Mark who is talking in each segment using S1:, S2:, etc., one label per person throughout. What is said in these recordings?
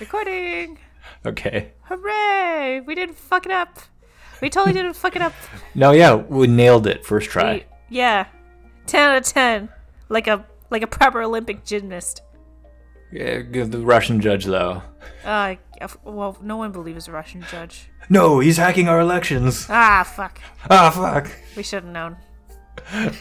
S1: Recording.
S2: Okay.
S1: Hooray! We didn't fuck it up. We totally didn't fuck it up.
S2: No, yeah, we nailed it first try.
S1: We- yeah. Ten out of ten. Like a like a proper Olympic gymnast.
S2: Yeah, give the Russian judge though.
S1: Uh, of- well, no one believes a Russian judge.
S2: No, he's hacking our elections.
S1: Ah, fuck.
S2: Ah, fuck.
S1: We should have known.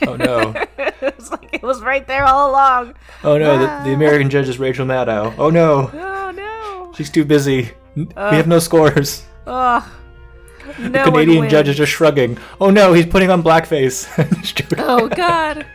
S2: Oh no.
S1: it was like it was right there all along.
S2: Oh no. The, the American judge is Rachel Maddow. Oh no.
S1: Oh no.
S2: She's too busy. we have no scores.
S1: Oh. Uh, No one
S2: Canadian
S1: wins.
S2: judge is just shrugging. Oh no, he's putting on blackface. Just joking.
S1: Oh god.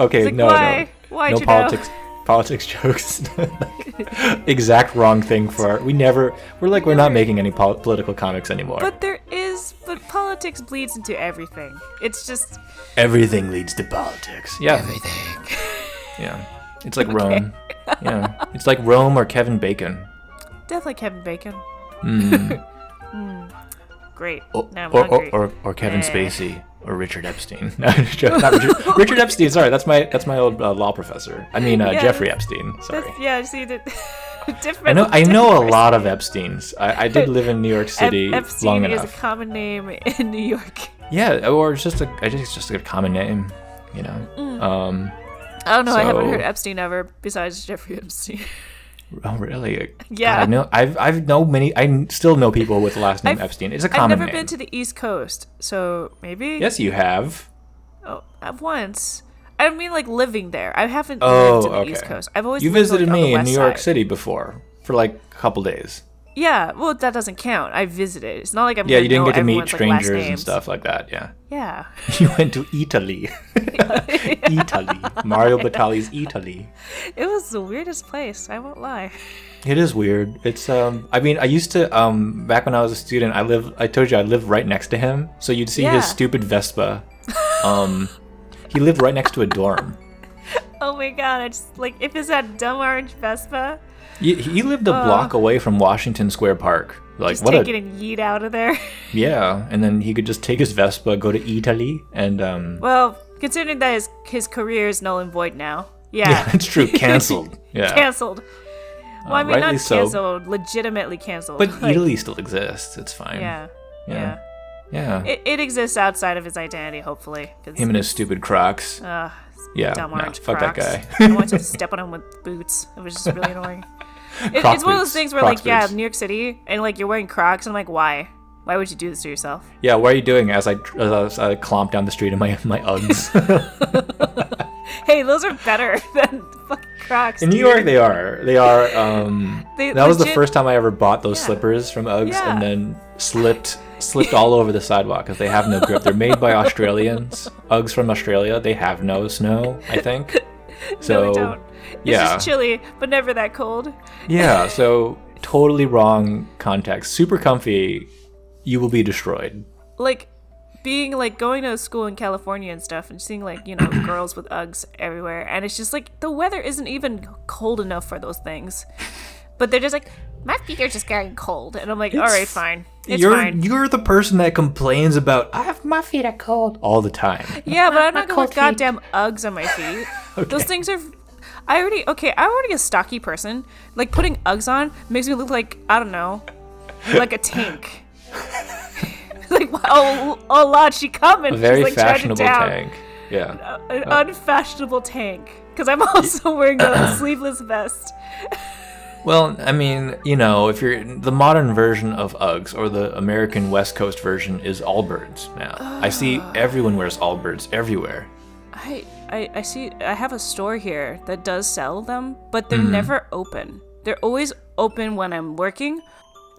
S2: okay,
S1: like,
S2: no,
S1: why?
S2: no.
S1: Why'd
S2: no
S1: you know?
S2: politics. Politics jokes. Like, exact wrong thing for our. We never. We're like we're not making any pol- political comics anymore.
S1: But there is, but politics bleeds into everything. It's just
S2: Everything leads to politics. Yeah. Everything. Yeah. It's like Rome. Yeah. It's like Rome or Kevin Bacon.
S1: definitely Kevin Bacon. Mm. Great.
S2: Or,
S1: now I'm
S2: Mm-hmm. Oh, or,
S1: hungry.
S2: or, or, or Kevin
S1: Eh.
S2: Spacey or Richard Epstein. No, I'm just joking. Not Richard, Richard Epstein. Sorry, that's my that's my old uh, law professor. I mean uh,
S1: Yeah,
S2: Jeffrey
S1: that's-
S2: Epstein. Sorry.
S1: That's, yeah, see the different.
S2: I know I know a
S1: different-
S2: lot of Epsteins. I, I did live in New York
S1: Ep-
S2: City
S1: Epstein
S2: long
S1: is
S2: enough.
S1: a common name in New York.
S2: yeah, or it's just a I just it's just a common name, you know.
S1: Mm.
S2: Um,
S1: I don't know. I haven't
S2: So-
S1: heard Epstein ever besides Jeffrey Epstein.
S2: oh really?
S1: Yeah.
S2: God, I know I've I've know many I still know people with the last name
S1: I've-
S2: Epstein. It's a
S1: I've
S2: common
S1: never
S2: name.
S1: been to the East Coast, so maybe.
S2: Yes, you have.
S1: Oh, uh, once. I mean, like living there. I haven't
S2: Oh,
S1: lived in the
S2: okay.
S1: East Coast. I've always
S2: You
S1: lived,
S2: visited
S1: like, on the
S2: me in
S1: West
S2: New York
S1: Side.
S2: City before for like a couple days.
S1: Yeah, well, that doesn't count. I visited. It's not like I'm.
S2: Yeah,
S1: gonna
S2: you didn't
S1: know
S2: get to meet
S1: everyone's, like, last
S2: strangers and
S1: names.
S2: stuff like that. Yeah,
S1: Yeah.
S2: you went to Italy. Italy, Mario Batali's Italy.
S1: It was the weirdest place. I won't lie.
S2: It is weird. It's um. I mean, I used to um back when I was a student. I live. I told you I lived right next to him, so you'd see
S1: Yeah.
S2: his stupid Vespa. Um, he lived right next to a dorm.
S1: Oh my god! I just like if it's that dumb orange Vespa,
S2: He, he lived a block away from Washington Square Park.
S1: Uh,
S2: Like
S1: just
S2: what
S1: take
S2: a
S1: it and yeet out of there.
S2: yeah. And then he could just take his Vespa, go to Italy, and um.
S1: well, considering that his his career is null and void now. Yeah.
S2: Yeah, it's true. Cancelled. Yeah. Uh,
S1: Canceled. Well, I mean,
S2: rightly
S1: not
S2: so.
S1: canceled. Legitimately canceled.
S2: But
S1: Like,
S2: Italy still exists. It's fine.
S1: Yeah.
S2: Yeah.
S1: Yeah.
S2: Yeah.
S1: It, it exists outside of his identity, hopefully. 'cause,
S2: Him and his stupid Crocs.
S1: uh,
S2: yeah.
S1: dumb
S2: Oh, no,
S1: orange
S2: fuck
S1: Crocs.
S2: that guy.
S1: I wanted to step on him with boots. It was just really annoying. It-
S2: Croc
S1: it's one of
S2: boots.
S1: those things where,
S2: Crocs
S1: like, yeah,
S2: boots.
S1: New York City, and like you're wearing Crocs, and I'm like, why? Why would you do this to yourself?
S2: yeah. What are you doing? As I as I clomp down the street in my my Uggs.
S1: Hey, those are better than fucking Crocs.
S2: in New
S1: dude.
S2: York, they are. They are. Um.
S1: They
S2: that was the
S1: legit-
S2: first time I ever bought those
S1: Yeah.
S2: slippers from Uggs,
S1: Yeah.
S2: and then slipped slipped all over the sidewalk because they have no grip. They're made by Australians. Uggs from Australia. They have no snow. I think. So.
S1: No, they don't. It's
S2: yeah.
S1: just chilly, but never that cold.
S2: Yeah, so totally wrong context. Super comfy, you will be destroyed.
S1: Like, being like going to school in California and stuff, and seeing like you know girls with Uggs everywhere, and it's just like the weather isn't even cold enough for those things. But they're just like, my feet are just getting cold, and I'm like, all right, fine, it's
S2: you're
S1: fine.
S2: you're the person that complains about I have my feet are cold all the time.
S1: Yeah, but I'm not gonna put
S2: cold feet.
S1: goddamn Uggs on my feet. Those things are. I already okay. I'm already a stocky person. Like putting Uggs on makes me look like I don't know, like a tank. like oh, oh, la, she coming.
S2: A
S1: She's,
S2: very
S1: like,
S2: fashionable
S1: tank.
S2: tank. Yeah.
S1: An unfashionable tank. Because I'm also wearing a sleeveless vest.
S2: Well, I mean, you know, if you're the modern version of Uggs or the American West Coast version is Allbirds now. I see
S1: Ah.
S2: everyone wears Allbirds everywhere.
S1: I, I I see. I have a store here that does sell them, but
S2: Hmm.
S1: they're never open. They're always open when I'm working,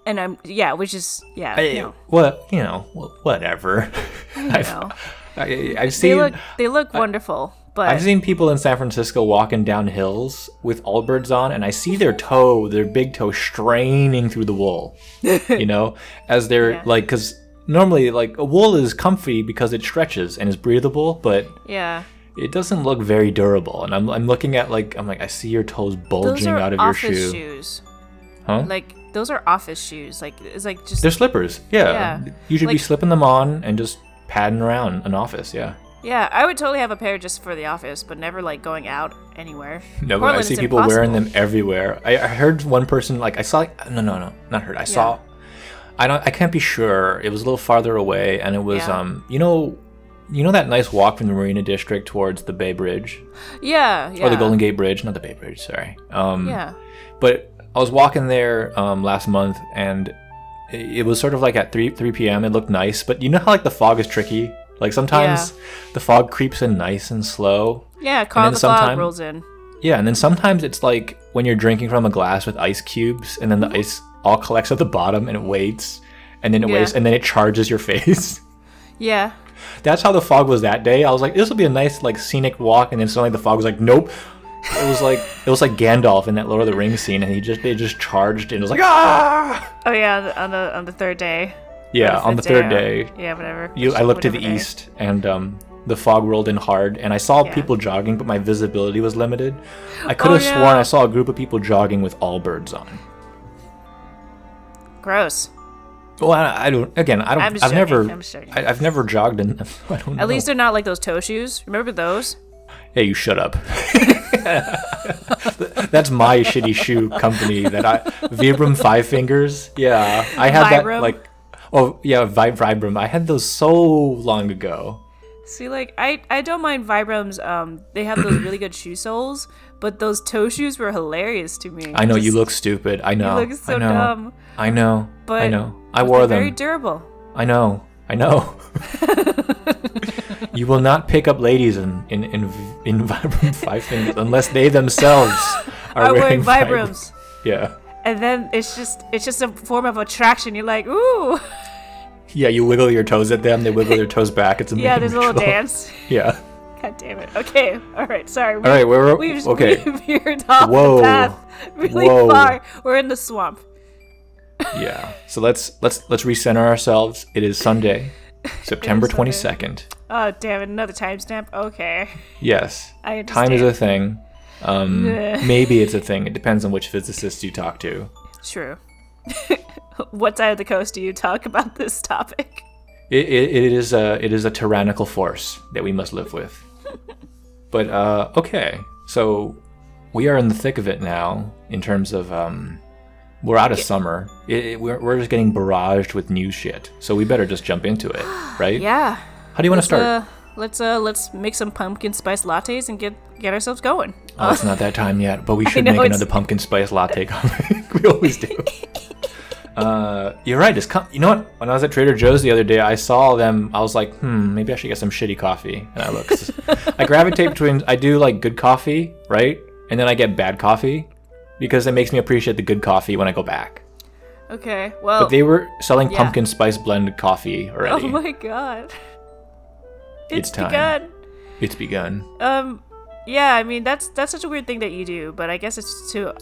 S1: and I'm yeah, which is yeah.
S2: I-
S1: no.
S2: Well, you know, wh- whatever. I've,
S1: know.
S2: I, I've
S1: They
S2: seen
S1: look they look wonderful, but
S2: I've seen people in San Francisco walking down hills with Allbirds on, and I see their toe, their big toe, straining through the wool. You know, as they're
S1: Yeah.
S2: like, because normally, like, wool is comfy because it stretches and is breathable, but
S1: yeah,
S2: it doesn't look very durable. And I'm, I'm looking at, like, I'm like, I see your toes
S1: those
S2: bulging
S1: are
S2: out of your
S1: office
S2: shoe.
S1: shoes.
S2: Huh?
S1: Like those are office shoes. Like it's like just
S2: They're slippers. Yeah.
S1: Yeah.
S2: You should be
S1: Like-
S2: slipping them on and just padding around an office. Yeah.
S1: Yeah, I would totally have a pair just for the office, but never like going out anywhere.
S2: No, but I
S1: Portland,
S2: see
S1: it's
S2: people wearing
S1: impossible.
S2: them everywhere. I, I heard one person like I saw like no no no not heard I saw I don't I can't be sure. It was a little farther away and it was
S1: Yeah.
S2: um you know you know that nice walk from the Marina District towards the Bay Bridge
S1: Yeah, yeah.
S2: or the Golden Gate Bridge, not the Bay Bridge, sorry. Um
S1: Yeah.
S2: but I was walking there um, last month and it it was sort of like at 3 3 p.m. It looked nice, but you know how like the fog is tricky? Like sometimes the fog creeps in nice and slow.
S1: Yeah, Carl
S2: then
S1: the Fog
S2: sometime-
S1: rolls in.
S2: Yeah, and then sometimes it's like when you're drinking from a glass with ice cubes, and then the ice all collects at the bottom and it waits, and then it
S1: Yeah.
S2: waits, and then it charges your face.
S1: Yeah.
S2: That's how the fog was that day. I was like, this will be a nice like scenic walk, and then suddenly the fog was like, nope. It was like it was like Gandalf in that Lord of the Rings scene, and he just they just charged and it was like ah.
S1: Oh yeah, on the on the, on the third day.
S2: Yeah, Uh, on the
S1: Fifth
S2: third
S1: or-
S2: day,
S1: Yeah, whatever.
S2: you I looked to the
S1: Whatever day.
S2: east, and um, the fog rolled in hard, and I saw
S1: Yeah. Oh,
S2: people jogging, but my visibility was limited. I could have
S1: yeah.
S2: sworn I saw a group of people jogging with all birds on.
S1: Gross.
S2: Well, I, I don't. Again, I don't.
S1: I'm
S2: I've
S1: just joking,
S2: never.
S1: I'm just joking.
S2: I, have never jogged in. them. I don't know.
S1: At least they're not like those toe shoes. Remember those?
S2: Hey, you shut up. That's my shitty shoe company that I Vibram Five Fingers. Yeah, I had
S1: Vibram?
S2: that like. Oh yeah, Vi- Vibram. I had those so long ago.
S1: See, like I, I don't mind Vibrams. Um, they have those really good shoe soles, but those toe shoes were hilarious to me.
S2: I know you
S1: Just-
S2: look stupid. I know.
S1: look so
S2: I know.
S1: dumb.
S2: I know. I
S1: But
S2: know. I
S1: they're
S2: wore them.
S1: Very durable.
S2: I know. I know. you will not pick up ladies in in in, in Vibram Five Fingers unless they themselves are,
S1: I'm wearing
S2: Vibram.
S1: Vibrams,
S2: Yeah.
S1: and then it's just it's just a form of attraction. You're like, ooh,
S2: Yeah, you wiggle your toes at them, they wiggle their toes back. It's amazing.
S1: yeah. There's a little
S2: ritual.
S1: dance.
S2: Yeah.
S1: God damn it. Okay. All right. Sorry.
S2: All right, we're
S1: We've just
S2: okay.
S1: veered off
S2: Whoa.
S1: the path really
S2: Whoa.
S1: far. We're in the swamp.
S2: yeah. So let's let's let's recenter ourselves. It is Sunday, September
S1: Sunday.
S2: twenty second.
S1: Oh damn it! Another timestamp. Okay.
S2: Yes.
S1: I
S2: Time is a thing. Um,
S1: Yeah.
S2: maybe it's a thing. It depends on which physicist you talk to.
S1: True. what side of the coast do you talk about this topic?
S2: It, it, it is a it is a tyrannical force that we must live with. but uh, okay, so we are in the thick of it now. In terms of um, we're out of summer. It, it- we're, we're just getting barraged with new shit. So we better just jump into it, right?
S1: Yeah.
S2: How do you want to start?
S1: Uh, let's uh let's make some pumpkin spice lattes and get get ourselves going.
S2: oh, it's not that time yet, but we should
S1: know,
S2: make
S1: it's-
S2: another pumpkin spice latte comic. we always do. Uh, you're right. It's com- you know what? When I was at Trader Joe's the other day, I saw them. I was like, hmm, maybe I should get some shitty coffee. And I look, I gravitate between. I do like good coffee, right? And then I get bad coffee because it makes me appreciate the good coffee when I go back.
S1: Okay. Well.
S2: But they were selling
S1: Oh. yeah.
S2: pumpkin spice blended coffee
S1: oh
S2: already.
S1: my god.
S2: It's
S1: It's,
S2: time.
S1: begun.
S2: it's begun.
S1: Um. Yeah. I mean, that's that's such a weird thing that you do, but I guess it's to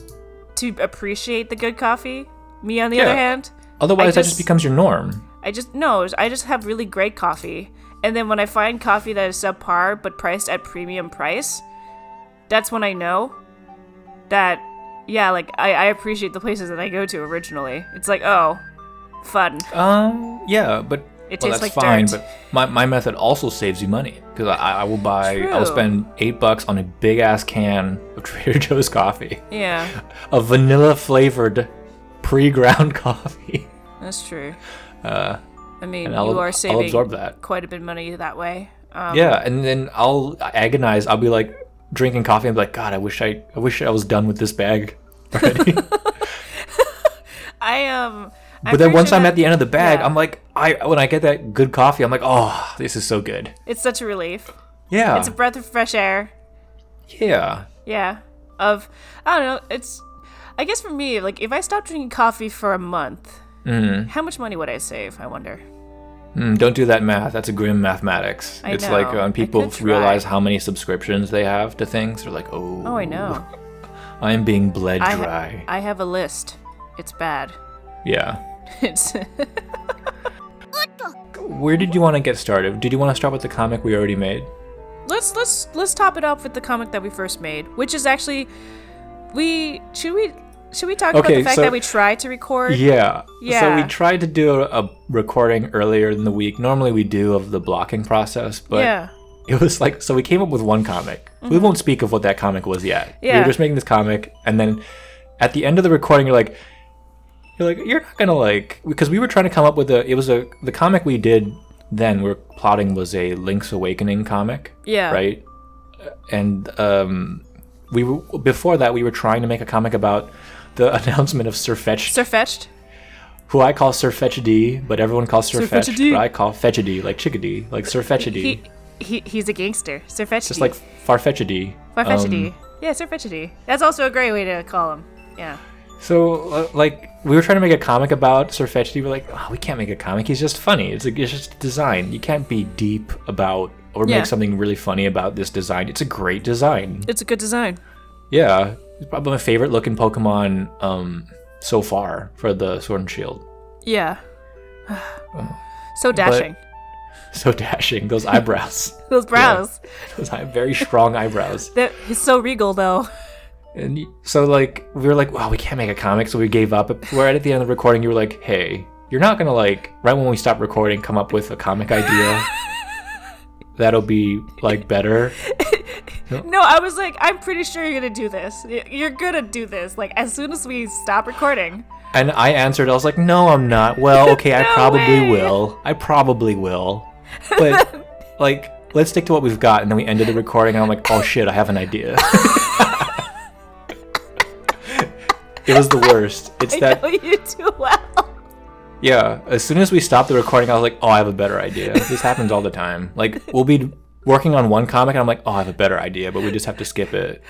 S1: to appreciate the good coffee. Me, on the
S2: Yeah.
S1: other hand,
S2: Otherwise, that just
S1: just-
S2: becomes your norm.
S1: I just no. I just have really great coffee, and then when I find coffee that is subpar but priced at premium price, that's when I know that yeah, like I, I appreciate the places that I go to originally. It's like oh, fun.
S2: Um, yeah, but
S1: It
S2: well,
S1: tastes
S2: that's
S1: like
S2: fine.
S1: dirt.
S2: But my, my method also saves you money because I, I will buy, I
S1: True.
S2: will spend eight bucks on a big ass can of Trader Joe's coffee,
S1: Yeah,
S2: a vanilla flavored pre ground coffee,
S1: that's true.
S2: uh,
S1: I mean,
S2: and
S1: you
S2: I'll,
S1: are
S2: I'll
S1: saving
S2: absorb that.
S1: quite a bit of money that way. Um,
S2: yeah, and then I'll agonize. I'll be like drinking coffee and be like, God, I wish I, I wish I was done with this bag. already."
S1: I am. Um,
S2: but then once I'm at the end of the bag,
S1: yeah.
S2: I'm like, I when I get that good coffee, I'm like, oh, this is so good.
S1: it's such a relief.
S2: Yeah,
S1: It's a breath of fresh air.
S2: yeah.
S1: Yeah. Of I don't know, it's I guess for me, like if I stopped drinking coffee for a month,
S2: Mm-hmm.
S1: how much money would I save, I wonder.
S2: Mm, don't do that math. That's a grim mathematics.
S1: I
S2: it's
S1: know.
S2: like
S1: I
S2: when people
S1: could try.
S2: realize how many subscriptions they have to things, they're like, oh,
S1: Oh I know.
S2: I'm being bled
S1: I, ha-
S2: dry.
S1: I have a list. It's bad.
S2: yeah.
S1: It's
S2: Where did you want to get started? Did you want to start with the comic we already made?
S1: let's let's let's top it off with the comic that we first made, which is actually we should we should we talk about
S2: Okay,
S1: the fact
S2: so-
S1: that we tried to record?
S2: Yeah. So we
S1: Yeah.
S2: tried to do a, a recording earlier in the week. Normally we do of the blocking process, but
S1: yeah.
S2: it was like so we came up with one comic. We won't speak of what that comic was yet. We
S1: Mm-hmm. Yeah.
S2: were just making this comic, and then at the end of the recording, you're like, you're like, you're not gonna like because we were trying to come up with a. It was a the comic we did then. We are plotting was a Link's Awakening comic,
S1: Yeah.
S2: right? And um, we were, before that we were trying to make a comic about the announcement of Sir Fetch
S1: Sir Fetched?
S2: who I call Sir Fetchity, but everyone calls Sir,
S1: Sir
S2: Fetch,
S1: Fetchedy.
S2: but I call Fetchity, like chickadee, like Sir Fetchity.
S1: He, he he's a gangster. Sir Fetched.
S2: just like Um, Farfetchity.
S1: Farfetchedy. yeah, Sir Fetchedy. That's also a great way to call him. Yeah.
S2: So, uh, like, we were trying to make a comic about Sir Fetchity. We're like, oh, we can't make a comic. He's just funny. It's, like, it's just design. You can't be deep about or
S1: Yeah.
S2: make something really funny about this design. It's a great design.
S1: It's a good design.
S2: Yeah. It's probably my favorite looking Pokemon um, so far for the Sword and Shield.
S1: Yeah. so dashing.
S2: So dashing. Those eyebrows.
S1: Those brows.
S2: Those eye- very strong eyebrows.
S1: That he's so regal though.
S2: And y- so, like, we were like, wow, we can't make a comic, so we gave up. But right at the end of the recording, you were like, hey, you're not gonna, like, right when we stop recording, come up with a comic idea that'll be, like, better.
S1: No, I was like, I'm pretty sure you're gonna do this. Y- You're gonna do this. Like as soon as we stop recording.
S2: And I answered, I was like, no, I'm not. Well, okay,
S1: No
S2: I probably
S1: way.
S2: will. I probably will. But, like, let's stick to what we've got. And then we ended the recording, and I'm like, oh shit, I have an idea. it was the worst. It's that.
S1: I know you do well.
S2: Yeah, as soon as we stopped the recording, I was like, "Oh, I have a better idea." This happens all the time. Like, we'll be working on one comic, and I'm like, "Oh, I have a better idea," but we just have to skip it.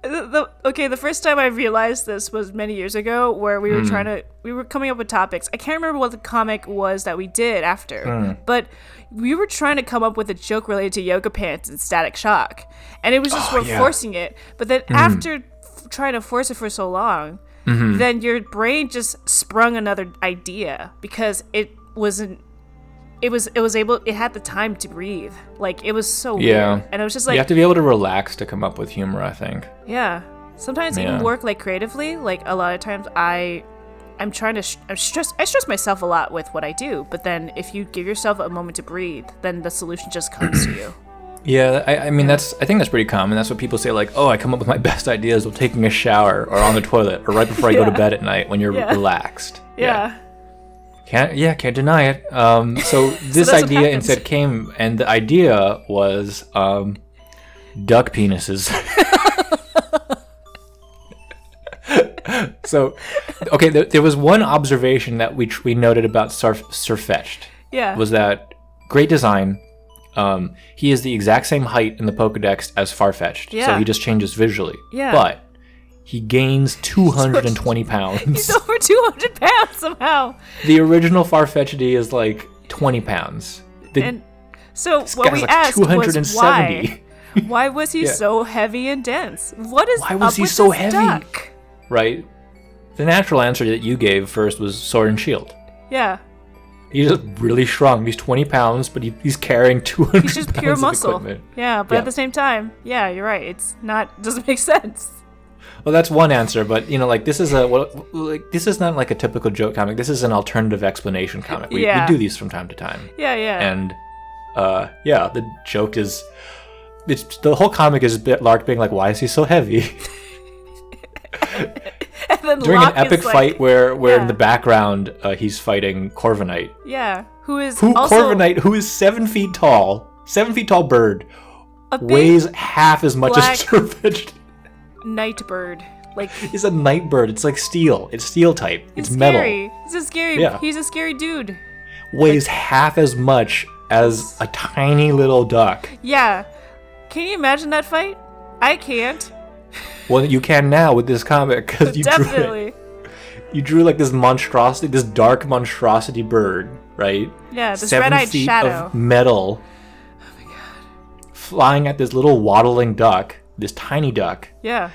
S1: The, the, okay, the first time I realized this was many years ago, where we were
S2: Hmm.
S1: trying to we were coming up with topics. I can't remember what the comic was that we did after,
S2: Hmm.
S1: but we were trying to come up with a joke related to yoga pants and static shock, and it was just we're
S2: Oh, yeah. Hmm.
S1: forcing it. But then after f- trying to force it for so long,
S2: Mm-hmm.
S1: then your brain just sprung another idea because it wasn't. It was it was able it had the time to breathe like it was so
S2: Yeah.
S1: weird. and it was just
S2: you
S1: like
S2: have to be able to relax to come up with humor. I think.
S1: yeah. Sometimes
S2: Yeah.
S1: even work like creatively, like a lot of times I I'm trying to sh- I'm stress I stress myself a lot with what I do, but then if you give yourself a moment to breathe, then the solution just comes to you.
S2: Yeah, I, I mean, that's. I think that's pretty common. That's what people say. Like, "Oh, I come up with my best ideas while taking a shower, or on the toilet, or right before I go to
S1: Yeah.
S2: bed at night when you're
S1: Yeah.
S2: relaxed."
S1: Yeah.
S2: Can't yeah, can't deny it. Um, so this
S1: that's what
S2: idea
S1: happens.
S2: instead came, and the idea was um, duck penises. so, okay, there, there was one observation that we tr- we noted about Surf Surfetched
S1: Yeah.
S2: was that great design. Um, he is the exact same height in the Pokedex as Farfetched, so
S1: Yeah.
S2: he just changes visually.
S1: Yeah.
S2: but he gains 220 pounds.
S1: He's over 200 pounds somehow.
S2: The original Farfetchedy is like 20 pounds. The
S1: And so
S2: guy's
S1: what we
S2: like
S1: asked was
S2: 270.
S1: why? Why was he so heavy and dense? What is
S2: Why was
S1: up
S2: he
S1: with
S2: so
S1: this
S2: heavy?
S1: duck?
S2: Right? The natural answer that you gave first was Sword and Shield.
S1: Yeah.
S2: He's just really strong. He's 20 pounds, but he, he's carrying 200
S1: He's just
S2: pounds
S1: pure
S2: of
S1: muscle.
S2: equipment.
S1: Yeah, but
S2: Yeah.
S1: at the same time, yeah, you're right. It's not doesn't make sense.
S2: Well, that's one answer, but you know, like this is a what, like this is not like a typical joke comic. This is an alternative explanation comic. We,
S1: Yeah.
S2: we do these from time to time,
S1: Yeah, yeah.
S2: and uh, yeah, the joke is it's the whole comic is bit Lark being like, "Why is he so heavy?"
S1: And then
S2: during
S1: Locke
S2: an
S1: is
S2: epic
S1: like-
S2: fight where where in
S1: Yeah.
S2: the background uh, he's fighting Corviknight.
S1: Yeah, who is
S2: Who
S1: also
S2: Corviknight, who is seven feet tall, seven feet tall bird,
S1: a big
S2: weighs half as much
S1: black-
S2: as Serpent.
S1: night bird. Like he's
S2: He's a night bird. It's like steel. It's steel type. It's metal.
S1: scary. He's a scary.
S2: Yeah.
S1: He's a scary dude.
S2: Weighs half as much as a tiny little duck.
S1: Yeah. Can you imagine that fight? I can't.
S2: Well, you can now with this comic because you drew it.
S1: Definitely.
S2: You drew like this monstrosity, this dark monstrosity bird, right?
S1: Yeah, this
S2: seven
S1: red-eyed
S2: feet
S1: shadow.
S2: of metal. Flying at this little waddling duck, this tiny duck.
S1: Yeah.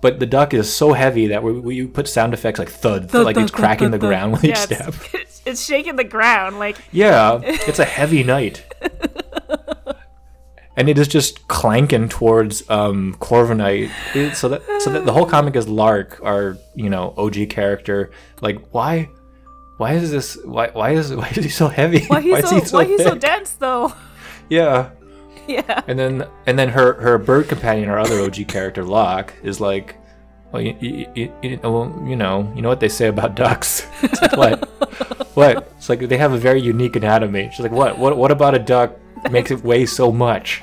S2: But the duck is so heavy that we, we put sound effects like thud,
S1: Thud,
S2: like
S1: thud,
S2: it's
S1: thud,
S2: cracking
S1: thud,
S2: the
S1: thud.
S2: ground with each
S1: Yeah,
S2: step.
S1: it's, it's, it's shaking the ground. Like
S2: Yeah, it's a heavy night. And it is just clanking towards um, Corviknight. It- So that so that the whole comic is Lark, our you know OG character. Like why, why is this? Why why is why is he so heavy?
S1: why he's
S2: is
S1: so, why he's so
S2: thick?
S1: dense though.
S2: Yeah.
S1: yeah.
S2: And then and then her her bird companion, our other OG character, Locke, is like, well, you, you, you, you- well, you know, you know what they say about ducks. It's like, what? what? It's like they have a very unique anatomy. She's like, what? What? What about a duck makes it weigh so much?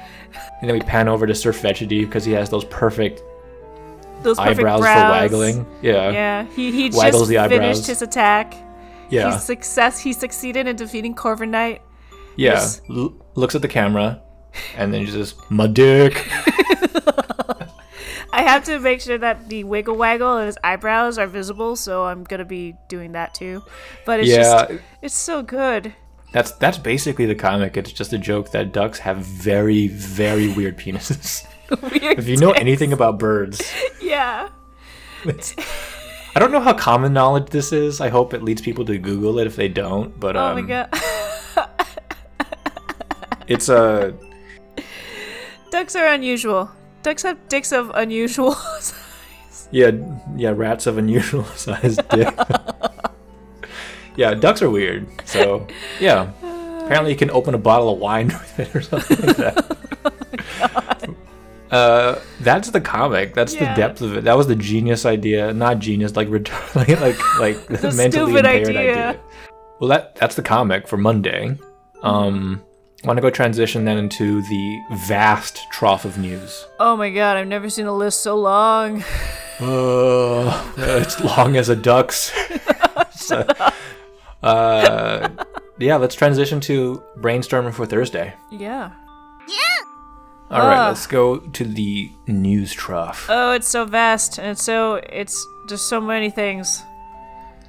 S2: And then we pan over to Sir Fetchity because he has those perfect
S1: Those perfect
S2: eyebrows for
S1: brows.
S2: waggling. Yeah, yeah.
S1: Yeah, he he
S2: Waggles
S1: just
S2: the eyebrows.
S1: finished his attack. He success he succeeded in defeating Corver Knight.
S2: Yeah,
S1: Yes.
S2: L- looks at the camera, and then she says, "My dick."
S1: I have to make sure that the wiggle waggle and his eyebrows are visible, so I'm gonna be doing that too. But it's
S2: Yeah.
S1: just it's so good.
S2: That's that's basically the comic. It's just a joke that ducks have very very weird penises.
S1: Weird
S2: If you know
S1: dick.
S2: anything about birds,
S1: yeah.
S2: it's- I don't know how common knowledge this is. I hope it leads people to Google it if they don't. But
S1: Oh
S2: um,
S1: my god,
S2: it's a
S1: ducks are unusual. Ducks have dicks of unusual.
S2: yeah yeah rats of unusual size dick. yeah, ducks are weird. So yeah, apparently you can open a bottle of wine with it or something like that. Uh, that's the comic. That's
S1: Yeah.
S2: the depth of it. That was the genius idea, not genius, like retar- like like like the mentally
S1: stupid
S2: impaired idea.
S1: idea.
S2: Well, that that's the comic for Monday. Um, I want to go transition then into the vast trough of news.
S1: oh my god, I've never seen a list so long.
S2: Uh, it's long as a duck's. So, uh, yeah, let's transition to brainstorming for Thursday.
S1: Yeah.
S2: All right,
S1: Ugh.
S2: let's go to the news trough.
S1: Oh, it's so vast, and it's so it's just so many things.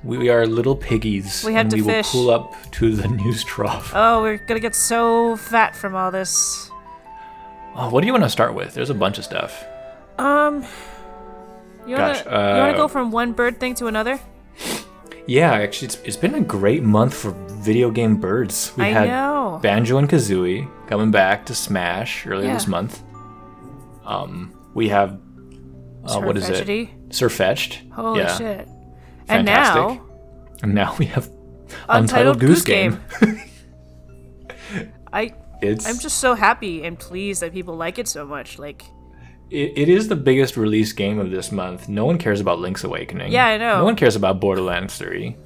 S2: we are little piggies.
S1: We have
S2: and
S1: to
S2: we
S1: fish.
S2: will pull up to the news trough.
S1: Oh, we're gonna get so fat from all this.
S2: Oh, what do you want to start with? There's a bunch of stuff.
S1: Um, you wanna
S2: Gosh,
S1: you wanna
S2: uh,
S1: go from one bird thing to another?
S2: Yeah, actually, it's, it's been a great month for video game birds. We
S1: I
S2: had
S1: know.
S2: Banjo and Kazooie coming back to Smash earlier
S1: Yeah.
S2: this month. Um, we have uh, what is it?
S1: Tragedy.
S2: Sir Fetched.
S1: Holy
S2: yeah.
S1: shit! And
S2: Fantastic.
S1: now,
S2: And now we have
S1: Untitled Goose Game. I
S2: It's
S1: I'm just so happy and pleased that people like it so much. Like,
S2: it, it is the biggest release game of this month. No one cares about Link's Awakening.
S1: Yeah, I know.
S2: No one cares about Borderlands 3.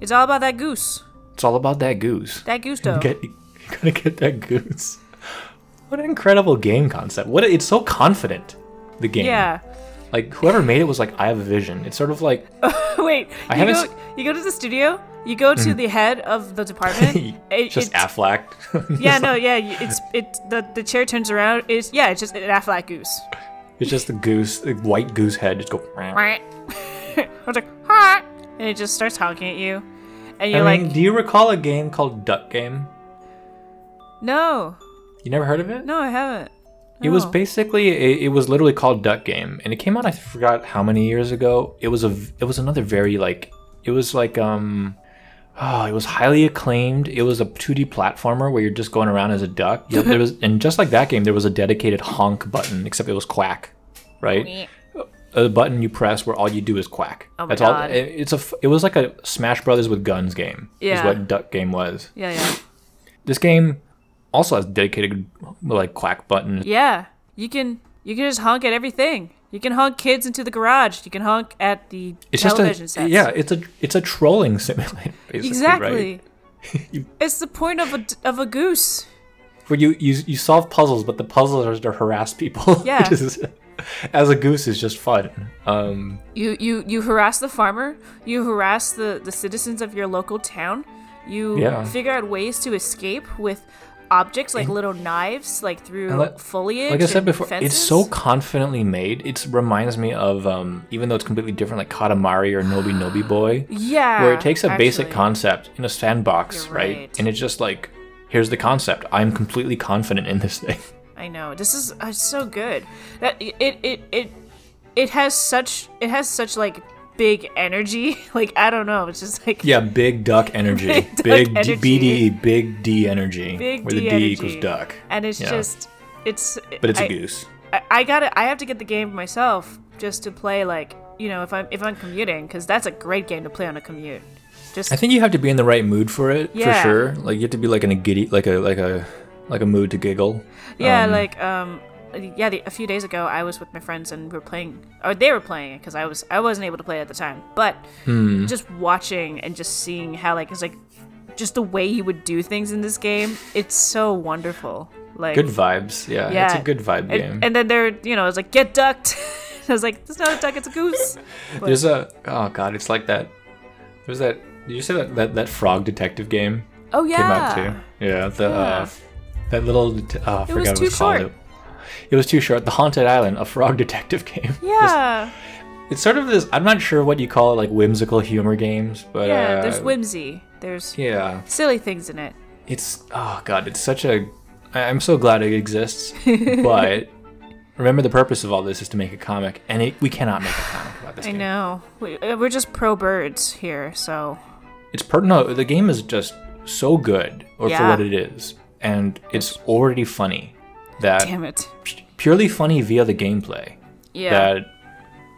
S1: it's all about that goose,
S2: It's all about that goose.
S1: that goose dough.
S2: Get you gotta get that goose. What an incredible game concept. What a, it's so confident. The game.
S1: yeah.
S2: Like whoever made it was like, I have a vision. It's sort of like
S1: Wait.
S2: I
S1: you
S2: haven't
S1: go.
S2: s-
S1: You go to the studio. You go to the head of the department. it-
S2: just
S1: it's-
S2: Affleck.
S1: Yeah, no, yeah, y- it's it's the the chair turns around. It's yeah, it's just an Affleck goose.
S2: It's just the goose, the white goose head, just go. "Meow."
S1: I was like, "Huh?" and it just starts honking at you, and you're
S2: I mean,
S1: like,
S2: do you recall a game called Duck Game?
S1: "No,
S2: You never heard of it?
S1: no, I haven't."
S2: It was
S1: No.
S2: basically it, it was literally called Duck Game, and it came out I forgot how many years ago. It was a v- it was another very like it was like um oh it was highly acclaimed. It was a 2D platformer where you're just going around as a duck. Yeah, there was and just like that game, there was a dedicated honk button, except it was quack, right? A button you press where all you do is quack.
S1: Oh my
S2: That's all.
S1: God.
S2: It, it's a f- it was like a Smash Brothers with guns game. is
S1: Yeah.
S2: what Duck Game was.
S1: Yeah, yeah,
S2: This game also has dedicated like quack button.
S1: yeah. You can you can just honk at everything. You can honk kids into the garage. You can honk at the
S2: It's
S1: television
S2: just a
S1: sets.
S2: yeah. It's a it's a trolling simulator. Basically,
S1: exactly.
S2: Right?
S1: it's the point of a d- of a goose.
S2: Where you, you you solve puzzles, but the puzzles are to harass people. which
S1: Yeah.
S2: is- as a goose is just fun. Um,
S1: You you you harass the farmer. You harass the the citizens of your local town. You
S2: Yeah.
S1: figure out ways to escape with objects like little knives, like through
S2: and like-
S1: foliage.
S2: like I said
S1: and
S2: before,
S1: fences.
S2: it's so confidently made. It reminds me of um, even though it's completely different, like Katamari or Nobi Nobi Boy.
S1: yeah.
S2: where it takes a basic
S1: actually.
S2: concept in a sandbox,
S1: You're
S2: right?
S1: right.
S2: And it's just like, here's the concept. I'm completely confident in this thing.
S1: I know this is uh, so good. That it it it it has such it has such like big energy. Like I don't know. It's just like
S2: Yeah, big duck energy.
S1: Big duck
S2: big D-
S1: energy.
S2: BD, big D energy.
S1: Big
S2: where the
S1: D
S2: D
S1: energy.
S2: equals duck.
S1: and it's
S2: Yeah.
S1: just it's.
S2: But it's a
S1: a
S2: goose.
S1: I, I gotta I have to get the game myself just to play like you know if I'm if I'm commuting because that's a great game to play on a commute. Just
S2: I think you have to be in the right mood for it,
S1: Yeah.
S2: for sure. Like you have to be like in a giddy, like a like a like a mood to giggle.
S1: Yeah,
S2: Um,
S1: like um, yeah. The, a few days ago, I was with my friends and we were playing, or they were playing it because I was I wasn't able to play it at the time. But
S2: Hmm.
S1: just watching and just seeing how like it's like just the way he would do things in this game, it's so wonderful. Like
S2: good vibes. Yeah, it's a good
S1: and,
S2: vibe game.
S1: And then they're you know it's like get ducked. I was like, it's not a duck, it's a goose.
S2: There's a oh god, it's like that. There's that. Did you say that that, that frog detective game
S1: Oh yeah.
S2: came out too? Yeah, the
S1: Yeah.
S2: Uh, that little. det- Oh, I forgot
S1: was
S2: what it
S1: too
S2: was called.
S1: short.
S2: It, it was too short. The Haunted Island, a frog detective game.
S1: Yeah.
S2: It's sort of this. I'm not sure what you call it, like whimsical humor games, but
S1: yeah.
S2: uh,
S1: There's whimsy. There's
S2: yeah,
S1: silly things in it.
S2: it's oh god, it's such a. I- I'm so glad it exists, but remember the purpose of all this is to make a comic, and it, we cannot make a comic about this
S1: I
S2: game.
S1: know. We, uh, we're just pro birds here, so
S2: It's per- no, the game is just so good or for
S1: Yeah.
S2: what it is, and it's already funny. That
S1: damn it.
S2: purely funny via the gameplay.
S1: Yeah.
S2: That